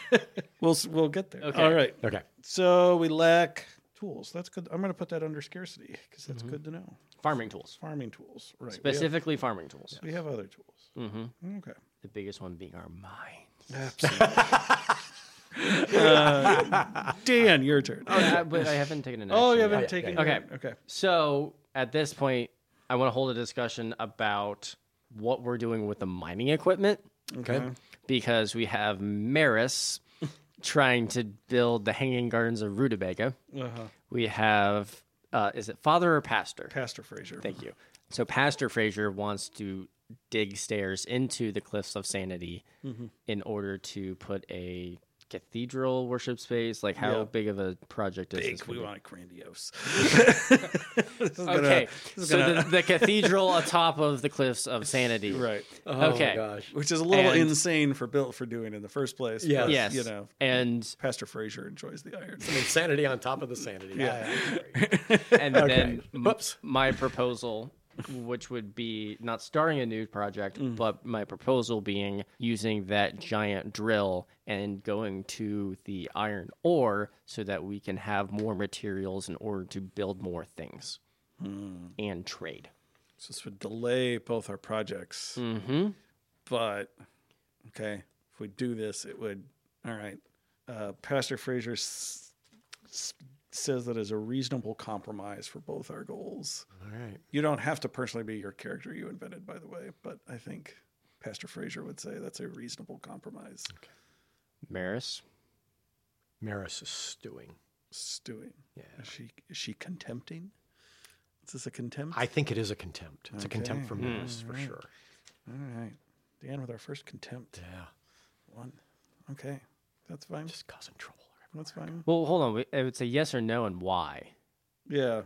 S2: we'll s- we'll get there.
S3: Okay.
S2: All right.
S1: Okay.
S2: So we lack tools. That's good. I'm going to put that under scarcity because
S1: Mm-hmm.
S2: that's good to know.
S3: Farming tools.
S2: Farming tools, right? We have-
S3: Specifically farming tools.
S2: We have, other tools. Mm-hmm. Okay.
S3: The biggest one being our mind.
S2: Uh, Dan, your turn.
S3: Oh, Yeah, but I haven't taken an action.
S2: Oh, you
S3: yet.
S2: haven't taken.
S3: yeah.
S2: your- Okay.
S3: So at this point, I want to hold a discussion about what we're doing with the mining equipment
S1: Okay.
S2: Mm-hmm.
S3: because we have Maris trying to build the Hanging Gardens of Rutabaga.
S2: Uh-huh.
S3: We have, uh, is it father or pastor?
S2: Pastor Fraser.
S3: Thank you. So Pastor Fraser wants to dig stairs into the Cliffs of Sanity
S2: Mm-hmm.
S3: in order to put a cathedral worship space. Like, how
S2: Yeah.
S3: big of a project is this?
S2: Big. We
S3: gonna be?
S2: want it grandiose.
S3: Okay,
S2: is
S3: so
S2: gonna-
S3: the, the cathedral atop of the cliffs of sanity.
S2: right. Oh
S3: okay.
S1: Oh gosh.
S2: Which is a little
S3: And-
S2: insane for Bill for doing in the first place.
S1: Yeah.
S2: but,
S3: Yes.
S2: You know,
S3: And
S2: Pastor Fraser enjoys the iron.
S1: Insanity on top of the sanity. Yeah.
S3: and then m-
S1: Whoops.
S3: my proposal, which would be not starting a new project,
S2: Mm.
S3: but my proposal being using that giant drill and going to the iron ore so that we can have more materials in order to build more things
S2: Hmm.
S3: and trade.
S2: So this would delay both our projects.
S3: Hmm.
S2: Mm-hmm. But okay, if we do this, it would. All right. Uh, Pastor Fraser s- s- says that is a reasonable compromise for both our goals.
S1: All right.
S2: You don't have to personally be your character you invented, by the way, but I think Pastor Fraser would say that's a reasonable compromise.
S3: Maris,
S1: Maris is stewing.
S2: Stewing.
S1: Yeah.
S2: Is she is she contempting? Is this a contempt?
S1: I think it is a contempt. It's a contempt for
S2: Mm-hmm.
S1: Maris for sure.
S2: All right. Dan with our first contempt.
S1: Yeah.
S2: One. Okay. That's fine.
S1: Just causing trouble.
S2: That's fine.
S3: well, hold on. I would say yes or no and why.
S2: Yeah.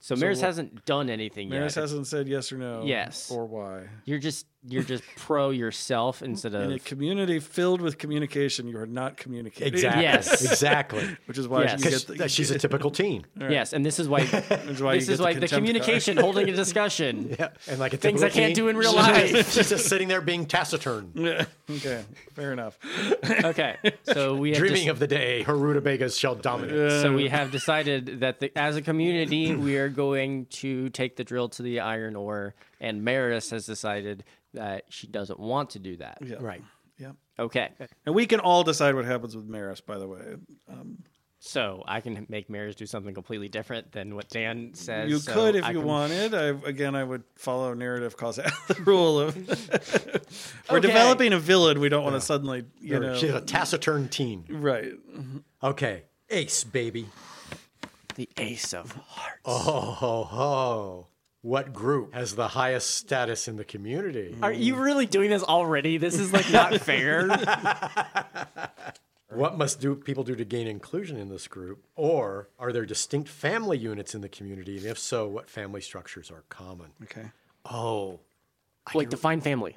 S3: So, Maris
S2: what-
S3: hasn't done anything
S2: Maris
S3: yet.
S2: hasn't said yes or no.
S3: Yes.
S2: Or why.
S3: You're just you're just pro yourself instead
S2: In a
S3: of
S2: community filled with communication, you are not communicating.
S1: Exactly.
S3: Yes.
S1: Exactly.
S2: Which is why
S3: Yes.
S2: you
S1: Because
S2: get the,
S1: th- she's a typical teen.
S3: yes, and this is why
S2: which is why you
S3: this
S2: get
S3: is why the
S2: contempt card.
S3: communication holding a discussion.
S1: Yeah. And like a
S3: Things
S1: typical
S3: I can't
S1: teen,
S3: do in real
S1: she's-
S3: life.
S1: She's just sitting there being taciturn,
S2: Yeah. Okay. Fair enough.
S3: Okay, so we have
S1: dreaming
S3: des-
S1: of the day her rutabagas shall dominate.
S3: so we have decided that the, as a community we are going to take the drill to the iron ore, and Maris has decided that she doesn't want to do that.
S2: Yeah.
S1: Right.
S2: Yeah.
S3: Okay,
S2: And we can all decide what happens with Maris, by the way.
S3: so I can make Maris do something completely different than what Dan says.
S2: You
S3: so
S2: could if
S3: I
S2: you
S3: can-
S2: wanted. I, again, I would follow narrative causality the rule of. We're
S3: Okay.
S2: developing a villain. We don't want to suddenly, you know.
S1: She's a taciturn teen.
S2: Right.
S1: Okay. Ace, baby.
S3: the Ace of Hearts.
S1: Oh, ho, ho. What group has the highest status in the community?
S3: Are you really doing this already? This is like not fair.
S1: What must do people do to gain inclusion in this group? Or are there distinct family units in the community? And if so, what family structures are common?
S2: Okay.
S1: Oh,
S3: like define family.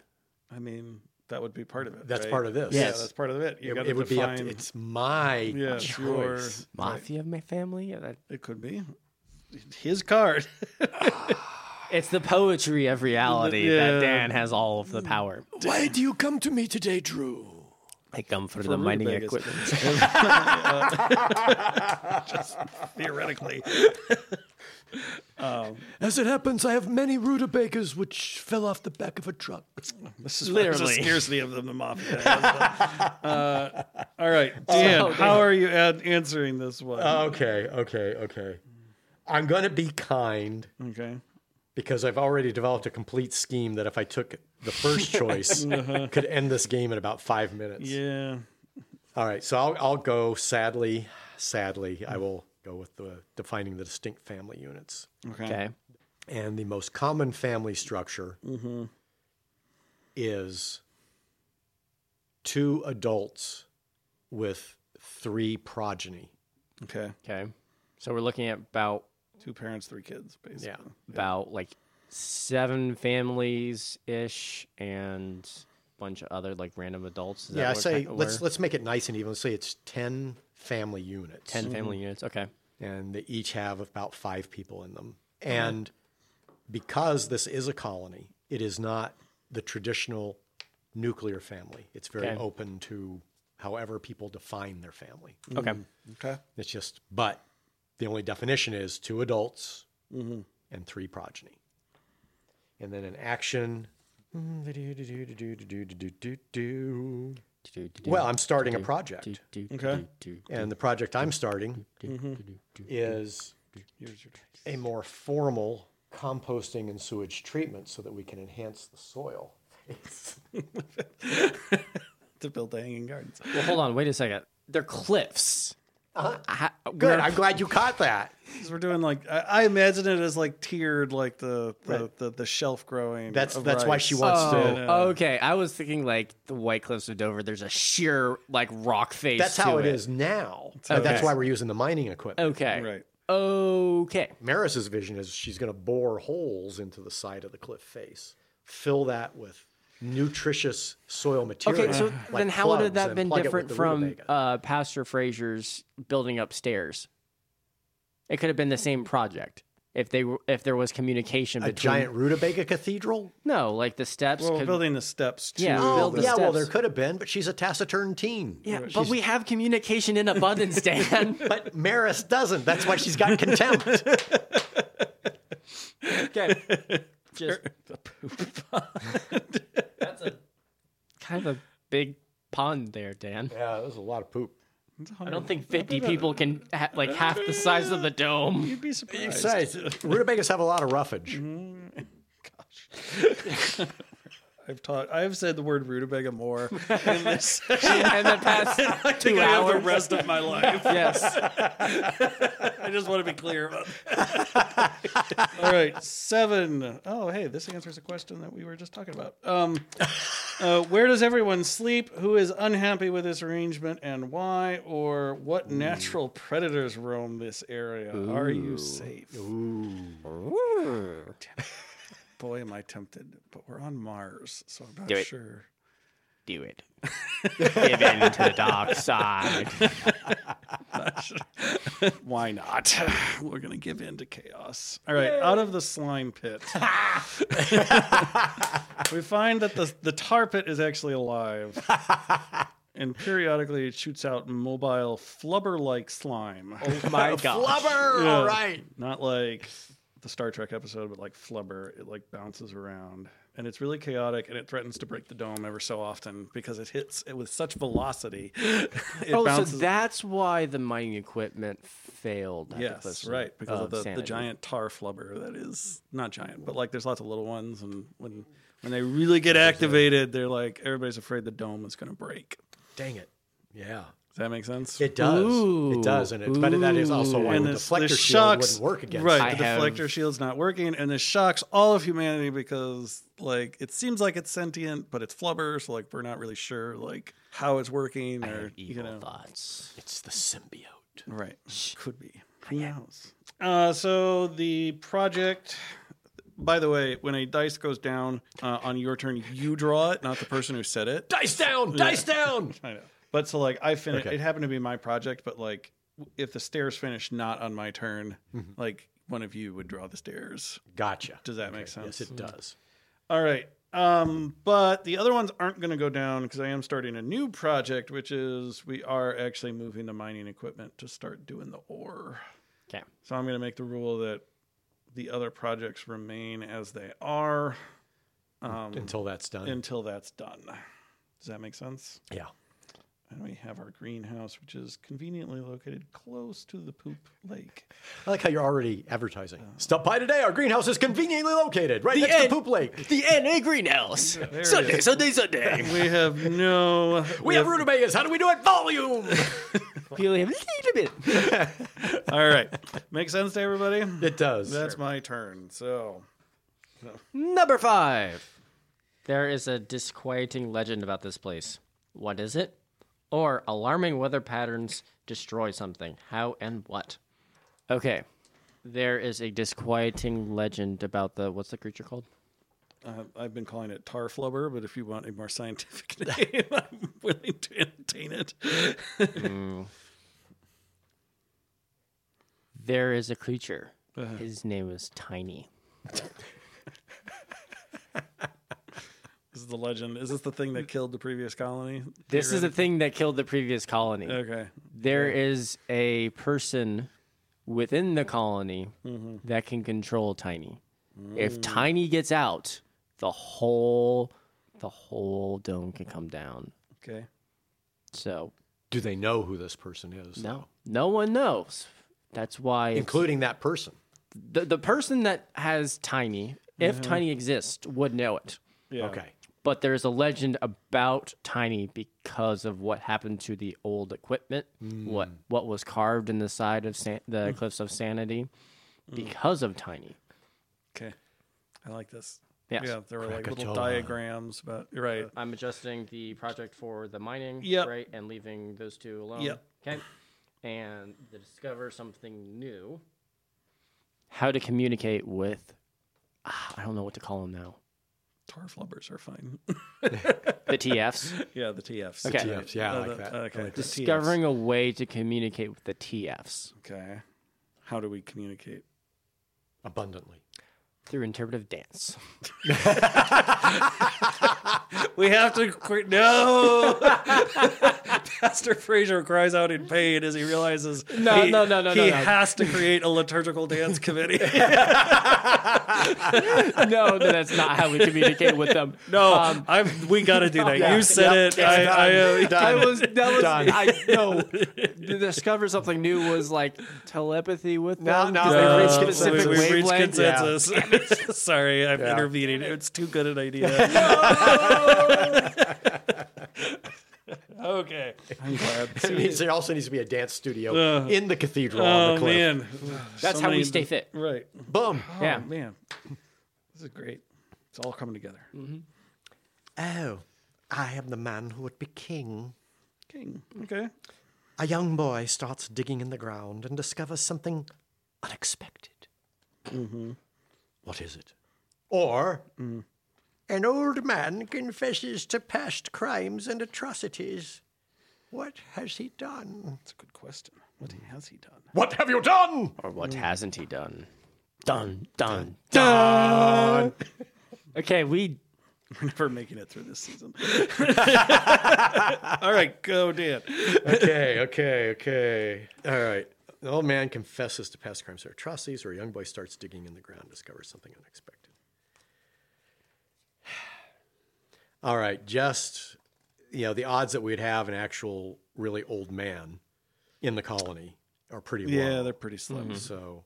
S2: I mean, that would be part of it.
S1: that's
S2: right?
S1: part of this.
S2: Yeah,
S3: Yes.
S2: that's part of it. You
S1: It,
S2: got
S1: it
S2: to
S1: would be up
S2: define.
S1: to, it's my
S2: yeah, it's your-
S1: choice.
S3: Mafia, my family. Yeah, that-
S2: it could be his card.
S3: It's the poetry of reality
S2: Yeah.
S3: that Dan has all of the power.
S1: Why do you come to me today, Drew?
S3: I come for, the mining
S2: rutabagas.
S3: equipment.
S2: Theoretically,
S1: As it happens, I have many rutabagas which fell off the back of a truck.
S2: this is why there's a
S3: Literally.
S2: scarcity of them. The mafia. has them. uh, All right, Dan, how are you ad- answering this one?
S3: Uh,
S1: Okay, okay, okay. I'm going to be kind
S2: okay.
S1: because I've already developed a complete scheme that if I took the first choice, could end this game in about five minutes.
S2: Yeah.
S1: All right, so I'll, I'll go. Sadly, sadly, I will go with the defining the distinct family units
S2: Okay.
S3: Okay.
S1: and the most common family structure is two adults with three progeny.
S2: Okay.
S3: Okay. So we're looking at about
S2: Two parents, three kids, basically.
S1: Yeah.
S3: about like seven families ish and a bunch of other like random adults. Is that
S1: yeah, I
S3: what
S1: say
S3: kind of
S1: let's
S3: where-
S1: let's make it nice and even. Let's say it's ten family units,
S3: 10 family units. Okay.
S1: and they each have about five people in them.
S3: Uh-huh.
S1: And because this is a colony, it is not the traditional nuclear family. It's very
S3: Okay.
S1: open to however people define their family.
S3: Okay.
S2: Okay.
S1: It's just, but the only definition is two adults and three progeny. And then an action. Well, I'm starting a project,
S2: Okay.
S1: and the project I'm starting is
S2: Here's your choice.
S1: a more formal composting and sewage treatment so that we can enhance the soil.
S2: To build the hanging gardens.
S3: Well, hold on. Wait a second. They're cliffs. Ha-
S1: Good.
S3: where-
S1: I'm glad you caught that.
S2: 'Cause we're doing like I, I imagine it as like tiered, like the the, the, the shelf growing.
S1: That's
S2: of
S1: that's why
S2: rice. Uh,
S1: she wants
S3: Oh,
S1: to.
S3: okay. I was thinking like the White Cliffs of Dover. There's a sheer like rock face.
S1: That's how
S3: to
S1: it is now. And That's
S3: Okay.
S1: why we're using the mining equipment.
S3: Okay.
S2: Right.
S3: Okay.
S1: Maris's vision is she's going to bore holes into the side of the cliff face, fill that with nutritious soil material.
S3: Okay, so
S1: uh, like
S3: then how would
S1: plugs,
S3: have that
S1: and
S3: been
S1: plug it with
S3: different
S1: the
S3: from
S1: rutabaga.
S3: uh, Pastor Frazier's building upstairs? It could have been the same project if they were, if there was communication
S1: a
S3: between
S1: giant rutabaga cathedral?
S3: no, like the steps.
S2: Well,
S3: could,
S2: building the steps. To
S3: Yeah.
S1: Oh,
S3: build the
S1: yeah, well,
S3: steps.
S1: there could have been, but she's a taciturn teen.
S3: yeah, but we have communication in abundance, Dan.
S1: But Maris doesn't. That's why she's got contempt.
S3: okay, just that's a kind of a big pond there, Dan.
S1: yeah, there's a lot of poop.
S3: I don't think fifty people can ha- like half the size of the dome.
S2: You'd be surprised.
S1: Besides, rutabagas have a lot of roughage.
S3: Mm-hmm.
S2: I've taught. I've said the word rutabaga more in this
S3: and the past two
S2: I have the
S3: hours,
S2: rest of my life.
S3: yes.
S2: I just want to be clear about that. All right, seven. Oh, hey, this answers a question that we were just talking about. Um, uh, where does everyone sleep? Who is unhappy with this arrangement and why? Or what natural predators roam this area? Are you safe? Damn it. Boy, am I tempted. But we're on Mars, so I'm not
S3: Do it.
S2: sure.
S3: do it. Give in to the dark side.
S2: Why not? We're going to give in to chaos. All right, out of the slime pit. we find that the, the tar pit is actually alive. and periodically it shoots out mobile flubber like slime.
S3: Oh my god.
S1: Flubber! All right.
S2: Not like the Star Trek episode, but like flubber. It like bounces around. And it's really chaotic and it threatens to break the dome ever so often because it hits it with such velocity. It
S3: Oh, so that's why the mining equipment failed. at the
S2: Yes,
S3: Blizzard
S2: right. Because of the, the
S3: Um, Sanity.
S2: giant tar flubber that is not giant, but like there's lots of little ones, and when when they really get activated, they're like everybody's afraid the dome is going to break.
S1: Dang it. Yeah.
S2: Does that make sense?
S1: It does.
S3: Ooh.
S1: It does, and it's but that is also why
S2: and
S1: the
S2: this- the
S1: deflector shield
S2: shocks
S1: wouldn't work against.
S2: right.
S3: I
S2: the
S3: have-
S2: deflector shield's not working, and this shocks all of humanity because like it seems like it's sentient, but it's flubber, so like we're not really sure like how it's working or you
S3: evil
S2: know
S3: thoughts.
S1: It's the symbiote.
S2: Right. Could be. Who knows? Uh, so the project. By the way, when a dice goes down uh, on your turn, you draw it, not the person who said it.
S1: Dice down, dice down.
S2: I know. But so like I finished. It happened to be my project, but like if the stairs finish not on my turn, like one of you would draw the stairs.
S1: Gotcha.
S2: Does that make sense? Mm-hmm.
S1: Yes, it does.
S2: All right. Um, but the other ones aren't going to go down because I am starting a new project, which is we are actually moving the mining equipment to start doing the ore.
S3: Okay.
S2: So I'm going to make the rule that the other projects remain as they are
S1: Until that's done.
S2: until that's done. Does that make sense?
S1: yeah.
S2: And we have our greenhouse, which is conveniently located close to the poop lake.
S1: I like how you're already advertising.
S2: Uh.
S1: Stop by today. Our greenhouse is conveniently located right next
S5: end.
S1: to Poop Lake.
S5: The NA Greenhouse.
S2: Sunday,
S5: Sunday, Sunday, Sunday.
S2: We have no.
S1: We have rutabagas. How do we do it? Volume.
S5: Feel him a little bit.
S2: All right. Make sense to everybody?
S1: it does.
S2: That's my turn. So,
S3: Number five. There is a disquieting legend about this place. What is it? Or alarming weather patterns destroy something. How and what? Okay. There is a disquieting legend about the what's the creature called?
S2: uh, I've been calling it tar flubber, but if you want a more scientific name, I'm willing to entertain it.
S3: There is a creature. His name is Tiny.
S2: This is the legend. Is this the thing that killed the previous colony?
S3: This is the thing that killed the previous colony.
S2: Okay.
S3: There is a person within the colony that can control Tiny. If Tiny gets out, the whole the whole dome can come down.
S2: Okay.
S3: So
S1: Do they know who this person is?
S3: no, no one knows. That's why it's-
S1: Including that person.
S3: the the person that has Tiny, if Tiny exists, would know it.
S2: Yeah.
S1: Okay.
S3: But there's a legend about Tiny because of what happened to the old equipment,
S2: Hmm.
S3: what what was carved in the side of San- the Cliffs of Sanity,
S2: Hmm.
S3: because of Tiny.
S2: Okay. I like this.
S3: Yes.
S2: Yeah. There were like little
S1: Krakatoa.
S2: diagrams about, right.
S3: I'm adjusting the project for the mining,
S2: Yep.
S3: right, and leaving those two alone.
S2: Yep.
S3: Okay. And the discover something new. How to communicate with? ah, I don't know what to call them now.
S2: Tar flubbers are fine.
S3: The TFs.
S2: yeah. The TFs.
S3: Okay.
S1: TFs, yeah, I
S2: Uh,
S1: like
S2: the-
S1: that.
S2: Okay. the TFs.
S3: Discovering a way to communicate with the TFs
S2: Okay. How do we communicate?
S1: Abundantly.
S3: through interpretive dance.
S2: We have to quit. No. Pastor Fraser cries out in pain as he realizes
S3: No,
S2: he,
S3: no, no, no,
S2: he
S3: no, no.
S2: has to create a liturgical dance committee.
S3: no, no, that's not how we communicate with them.
S2: no,
S3: Um,
S2: I'm, we got to do that. You said it. I, I, uh,
S3: I was that was I no. The discover something new was like telepathy with
S1: No,
S3: them.
S1: no,
S3: 'cause they
S1: no,
S3: reached
S1: no,
S2: Uh,
S3: specific
S2: we- we've reached
S3: wavelengths.
S2: consensus. Sorry, I'm intervening. It's too good an idea. okay. I'm glad.
S1: It needs- there also needs to be a dance studio
S2: Uh,
S1: in Oh, the cathedral on
S2: Oh
S1: the cliff.
S2: man,
S3: That's
S2: So
S3: how
S2: many-
S3: we stay fit.
S2: Right.
S1: Boom.
S2: Oh,
S3: Yeah.
S2: man, this is great. It's all coming together.
S1: Oh, I am the man who would be king.
S2: King. Okay.
S1: A young boy starts digging in the ground and discovers something unexpected. What is it? Mm-hmm. Mm. Or an old man confesses to past crimes and atrocities. What has he done?
S2: That's a good question. What
S1: Mm.
S2: has he done?
S1: What have you done?
S3: Or what hasn't he done? Done, done.
S1: Done.
S3: Okay, we
S2: We're never making it through this season. all right, go Dan.
S1: okay, okay, okay. All right. The old man confesses to past crimes or atrocities, or a young boy starts digging in the ground and discovers something unexpected. All right, just you know, the odds that we'd have an actual really old man in the colony are pretty low.
S2: Yeah, they're pretty slim.
S1: So,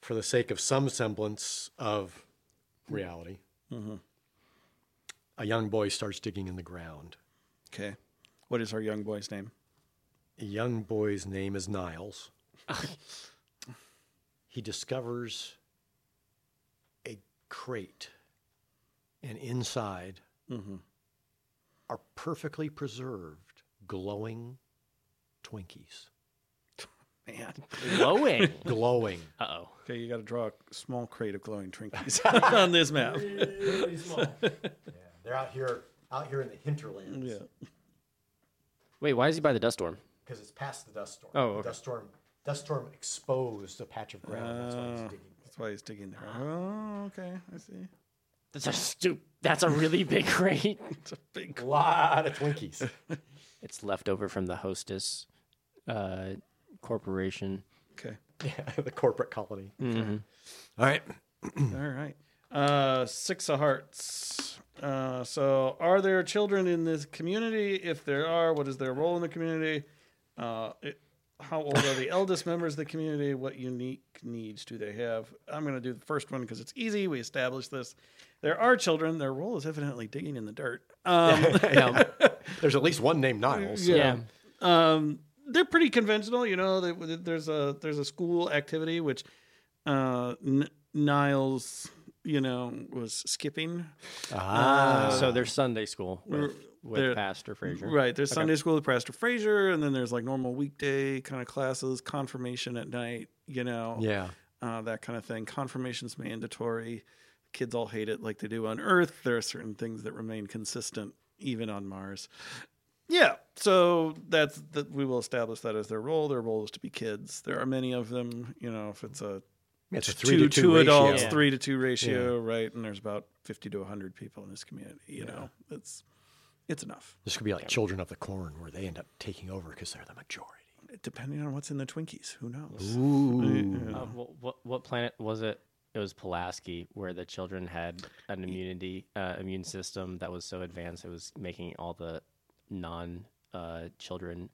S1: for the sake of some semblance of reality, Mm-hmm. a young boy starts digging in the ground.
S2: Okay. What is our young boy's name?
S1: A young boy's name is Niles. he discovers a crate, and inside are perfectly preserved, glowing Twinkies.
S2: Man.
S3: glowing.
S1: Glowing.
S3: Uh oh.
S2: Okay, you got to draw a small crate of glowing Twinkies on this map.
S1: They're out here, out here in the hinterlands.
S2: Yeah.
S3: Wait, why is he by the dust storm?
S1: because it's past the dust storm.
S3: Oh,
S1: The
S3: okay.
S1: dust storm, dust storm exposed a patch of ground. That's why he's digging.
S2: That's why he's digging there. Oh, okay. I see.
S3: That's a stoop. That's a really big crate.
S2: It's a big
S1: A lot of Twinkies.
S3: It's left over from the hostess uh, corporation.
S2: Okay.
S1: the corporate colony.
S2: Mm-hmm.
S1: All right.
S2: All right. Uh, six of hearts. Uh, so, are there children in this community? If there are, what is their role in the community? Uh, it, how old are the eldest members of the community? What unique needs do they have? I'm going to do the first one because it's easy. We established this. There are children. Their role is evidently digging in the dirt. Um,
S3: Yeah.
S1: There's at least one named Niles.
S2: Yeah.
S3: yeah.
S2: um, they're pretty conventional. You know, they, there's a there's a school activity which uh, N- Niles, you know, was skipping.
S1: Ah.
S2: Uh,
S3: Um, so there's Sunday school with,
S2: We're- there-
S3: with Pastor Frazier.
S2: Right. There's Sunday school with Pastor Frazier, and then there's like normal weekday kind of classes, confirmation at night. You know,
S1: yeah.
S2: uh, that kind of thing. Confirmation's mandatory. Kids all hate it like they do on Earth. There are certain things that remain consistent even on Mars. Yeah, so that's that. We will establish that as their role. Their role is to be kids. There are many of them. You know, if it's a
S1: It's a three to
S2: two,
S1: two,
S2: two
S1: ratio.
S2: adults,
S3: Yeah.
S2: three to two ratio, right? And there's about fifty to hundred people in this community. You know, it's it's enough.
S1: This could be like Children of the Corn, where they end up taking over because they're the majority.
S2: Depending on what's in the Twinkies, who knows?
S1: Ooh.
S2: Mm-hmm.
S3: Uh, what, what what planet was it? It was Pulaski, where the children had an immunity uh, immune system that was so advanced it was making all the non uh, children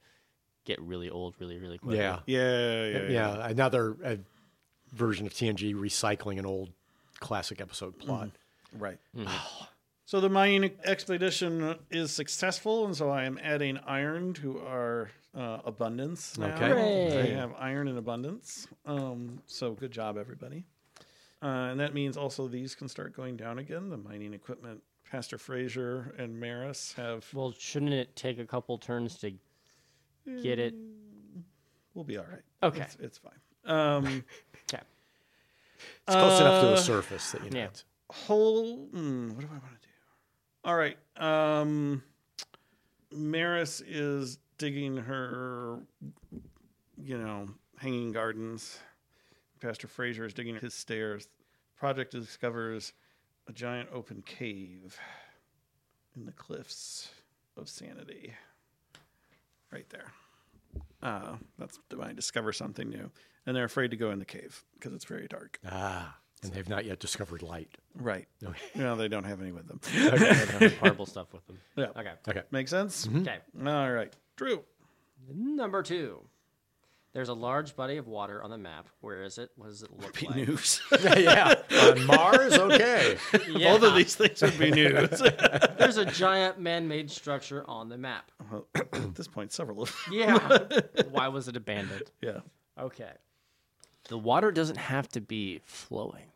S3: get really old really really quickly.
S1: Yeah.
S2: Yeah, yeah, yeah.
S1: Yeah. Another uh, version of TNG recycling an old classic episode
S2: Mm.
S1: plot.
S2: Right.
S3: Mm-hmm.
S2: So the mining expedition is successful, and so I am adding iron to our uh, abundance now.
S1: Okay. Hooray.
S2: I have iron in abundance. Um, so good job, everybody. Uh, and that means also these can start going down again. The mining equipment, Pastor Frazier and Maris have.
S3: Well, shouldn't it take a couple turns to get it?
S2: We'll be all right.
S3: Okay.
S2: it's, it's fine. Um,
S3: Okay.
S1: It's close enough to
S2: Uh,
S1: the surface that you know.
S3: yeah.
S1: it's-
S2: whole hmm, what do i want to do all right um maris is digging her you know hanging gardens pastor frazier is digging his stairs project discovers a giant open cave in the cliffs of sanity right there uh, that's they might discover something new and they're afraid to go in the cave because it's very dark
S1: Ah. And they've not yet discovered light.
S2: right
S1: Okay.
S2: no they don't have any with them
S3: horrible stuff with them.
S2: Yeah.
S3: Okay.
S1: Okay.
S2: Make sense?
S1: Mm-hmm.
S3: Okay.
S2: All right. Drew.
S3: Number two. There's a large body of water on the map. Where is it? What does it look like?
S2: News.
S1: yeah. On Mars, okay.
S3: Yeah.
S2: Both of these things would be news.
S3: There's a giant man-made structure on the map.
S2: At this point, several of
S3: Yeah. Why was it abandoned?
S2: Yeah.
S3: Okay. The water doesn't have to be flowing.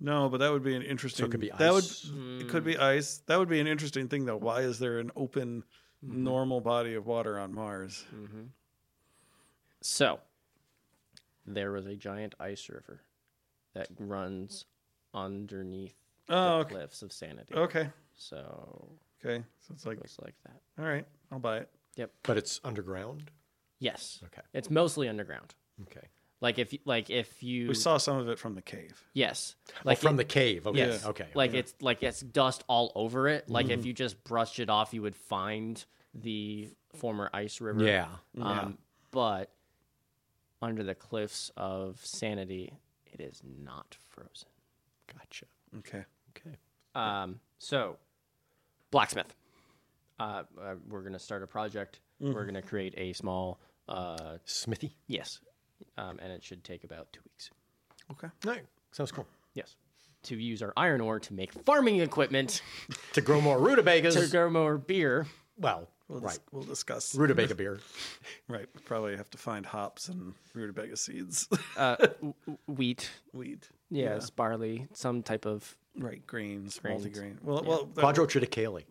S2: No, but that would be an interesting.
S1: could be
S2: That would.
S1: ice. Hmm.
S2: It could be ice. That would be an interesting thing, though. Why is there an open,
S1: Mm-hmm.
S2: normal body of water on Mars?
S1: Mm.
S3: So, there was a giant ice river that runs underneath
S2: Oh,
S3: the
S2: okay. Oh.
S3: cliffs of Sanity.
S2: Okay.
S3: So,
S2: Okay. So it's like,
S3: it was like that.
S2: all right, I'll buy it.
S1: But it's underground.
S3: Yes.
S1: Okay.
S3: It's mostly underground.
S1: Okay.
S3: Like if like if you
S2: We saw some of it from the cave.
S3: yes
S1: Like
S3: like
S1: Oh, from
S3: it-
S1: the cave. Okay.
S3: Yes.
S1: Okay.
S3: Like it's like it's dust all over it. Like
S2: Mm-hmm.
S3: if you just brushed it off, you would find the former ice river.
S1: yeah.
S3: Um, But under the cliffs of sanity, it is not frozen.
S1: Gotcha.
S2: Okay.
S1: Okay.
S3: Um, so, blacksmith. Uh, uh, we're gonna start a project. We're gonna create a small. Uh,
S1: Smithy.
S3: yes, um, and it should take about two weeks.
S2: Okay.
S1: No. Sounds cool.
S3: Yes, to use our iron ore to make farming equipment,
S1: To grow more rutabagas.
S3: to grow more beer.
S1: well,
S2: We'll dis-
S1: right.
S2: We'll discuss.
S1: Rutabaga beer.
S2: Right. we probably have to find hops and rutabaga seeds,
S3: uh, w- w- wheat,
S2: wheat.
S3: yes, barley, some type of
S2: Right. Grains.
S3: Grains.
S2: Multigrain. Well, well. that-
S1: Quadrotriticale.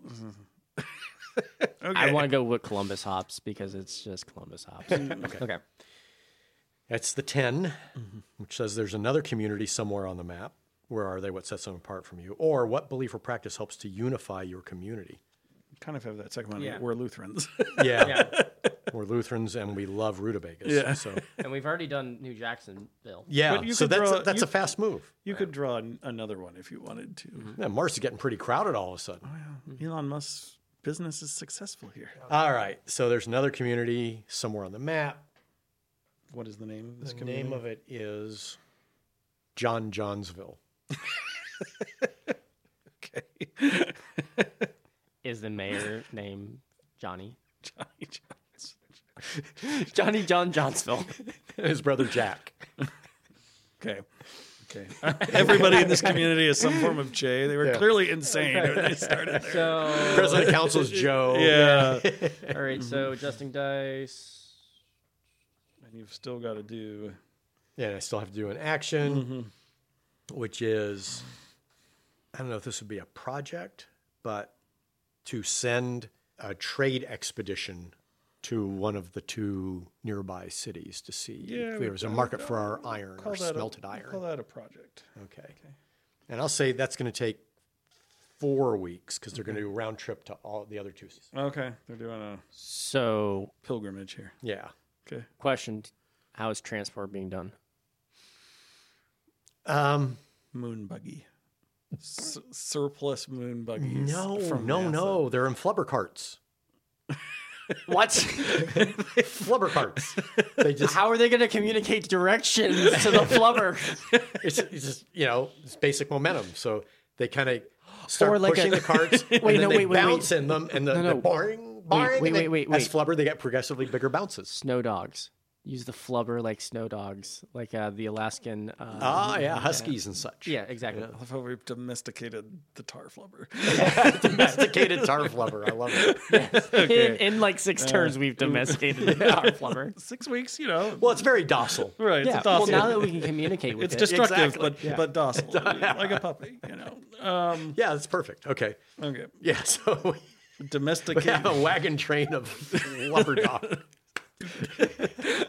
S2: Okay.
S3: I want to go with Columbus hops because it's just Columbus hops. okay.
S1: That's the 10, which says there's another community somewhere on the map. Where are they? What sets them apart from you? Or what belief or practice helps to unify your community?
S2: kind of have that second one.
S3: Yeah.
S2: We're Lutherans.
S1: Yeah. We're Lutherans and we love rutabagas.
S2: Yeah.
S1: So,
S3: And we've already done New Jacksonville.
S1: yeah.
S2: But you
S1: So
S2: could
S1: that's,
S2: draw-
S1: a, that's
S2: you-
S1: a fast move.
S2: you could draw an, another one if you wanted to.
S1: Yeah, Mars is getting pretty crowded all of a sudden.
S2: Elon Musk's business is successful here.
S1: All right. So there's another community somewhere on the map.
S2: What is the name of this
S1: The
S2: community?
S1: name of it is John Johnsville.
S2: okay.
S3: Is the mayor named Johnny?
S2: Johnny Johnson.
S3: Johnny John Johnsville.
S1: His brother Jack.
S2: Okay. Okay. Everybody in this community is some form of J. They were clearly insane when they started there.
S3: So,
S1: President of Council is Joe.
S2: Yeah.
S3: all right. So Justin Dice.
S2: and you've still got to do.
S1: Yeah, and I still have to do an action, which is I don't know if this would be a project, but to send a trade expedition to one of the two nearby cities to see
S2: Yeah,
S1: if there was a market for our iron or
S2: that a-
S1: smelted
S2: Call
S1: iron.
S2: that a project.
S1: okay. And I'll say that's going to take four weeks because they're going to do a round trip to all the other two. cities.
S2: Okay. They're doing a
S3: So,
S2: pilgrimage here.
S1: Yeah.
S2: Okay.
S3: question: How is transport being done?
S1: Um,
S2: Moon buggy. S- surplus moon buggies.
S1: no,
S2: from
S1: no,
S2: NASA.
S1: no. They're in flubber carts.
S3: What?
S1: Flubber carts. they just
S3: How are they going to communicate directions to the flubber?
S1: it's, it's just you know it's basic momentum. So they kind of start
S3: like
S1: pushing
S3: a-
S1: the carts. and
S3: Wait,
S1: then
S3: no,
S1: they
S3: wait, wait,
S1: bounce
S3: wait.
S1: in them, and the,
S3: No,
S1: the
S3: no.
S1: boring, boring.
S3: wait,
S1: and then
S3: wait, wait,
S1: As flubber, they get progressively bigger bounces.
S3: Snow dogs. Use the flubber like snow dogs, like uh, the Alaskan. Uh,
S1: Ah, yeah, huskies and such.
S3: yeah, exactly.
S2: I love how we've domesticated the tar flubber.
S1: domesticated tar flubber. I love it.
S3: in, in like six turns, we've domesticated our flubber.
S2: Six weeks, you know.
S1: Well, it's very docile.
S2: Right.
S3: Yeah.
S2: It's
S3: Well,
S2: docile.
S3: now that we can communicate with
S2: it's
S3: it,
S2: destructive,
S1: Exactly.
S2: but but docile, like a puppy. You know. Um,
S1: Yeah, that's perfect. Okay.
S2: okay.
S1: Yeah, so
S2: Domesticate.
S1: we have a wagon train of flubber dog.
S2: Okay.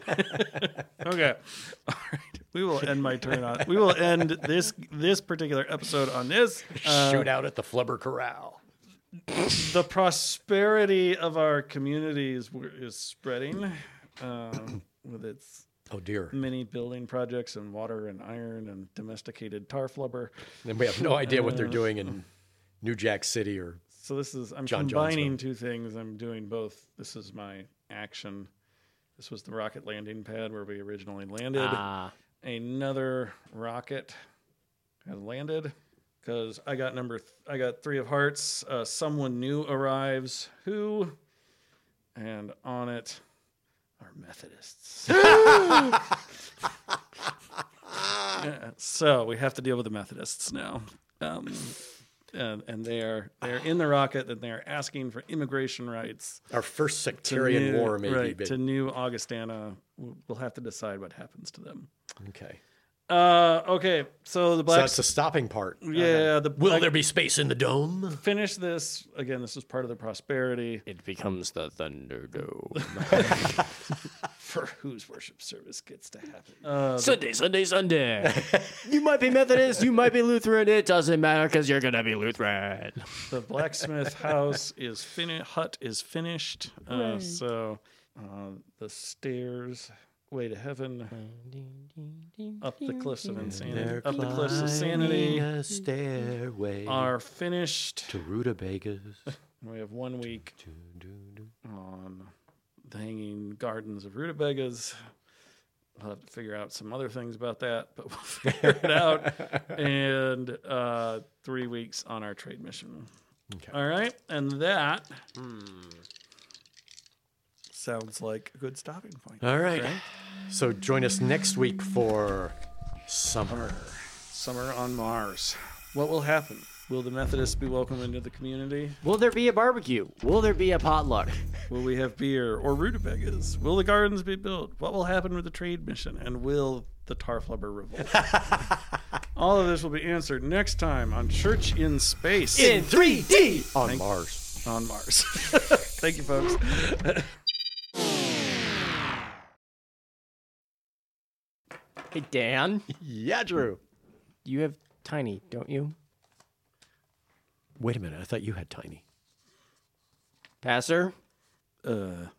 S2: All right. We will end my turn on. We will end this this particular episode on this. Uh,
S1: Shoot out at the flubber corral.
S2: the prosperity of our communities w- is spreading, um, with its
S1: Oh dear.
S2: many building projects and water and iron and domesticated tar flubber.
S1: Then we have no idea what they're doing in New Jack City or
S2: So this is I'm
S1: John
S2: combining two things. I'm doing both. This is my action. This was the rocket landing pad where we originally landed.
S3: Ah,
S2: another rocket has landed because I got number th- I got three of hearts. Uh, someone new arrives who, and on it are Methodists. Yeah, so we have to deal with the Methodists now. Um, and, and they are they're in the rocket and they're asking for immigration rights
S1: our first sectarian
S2: new-
S1: war, maybe.
S2: right,
S1: but-
S2: to new Augustana. We'll we'll have to decide what happens to them.
S1: okay.
S2: Uh, okay, so the
S1: So
S2: black.
S1: that's the stopping part.
S2: yeah, the
S1: Will
S2: black-
S1: there be space in the dome?
S2: finish this again. This is part of the prosperity
S3: it becomes the Thunderdome.
S2: for whose worship service gets to happen. Uh,
S3: Sunday, Sunday, Sunday. you might be Methodist, you might be Lutheran. It doesn't matter because you're gonna be Lutheran.
S2: the blacksmith house is finished. Hut is finished. Uh, so uh, the stairs way to heaven, up the cliffs of insanity, up the cliffs of sanity
S1: A stairway
S2: are finished.
S1: rutabagas.
S2: We have one week on the hanging gardens of rutabagas. I'll have to figure out some other things about that, but we'll figure it out. And uh, three weeks on our trade mission.
S1: Okay.
S2: All right, and that Hmm. sounds like a good stopping point.
S1: All right. So join us next week for summer.
S2: Summer on Mars. What will happen? Will the Methodists be welcomed into the community?
S3: Will there be a barbecue? Will there be a potluck?
S2: Will we have beer or rutabagas? Will the gardens be built? What will happen with the trade mission? And will the tar flubber revolt? All of this will be answered next time on Church in Space
S1: In 3D on Mars.
S2: on Mars. Thank you, folks.
S3: Hey Dan,
S1: Yeah, Drew.
S3: you have tiny, don't you?
S1: Wait a minute. I thought you had tiny.
S3: Passer.
S2: Uh,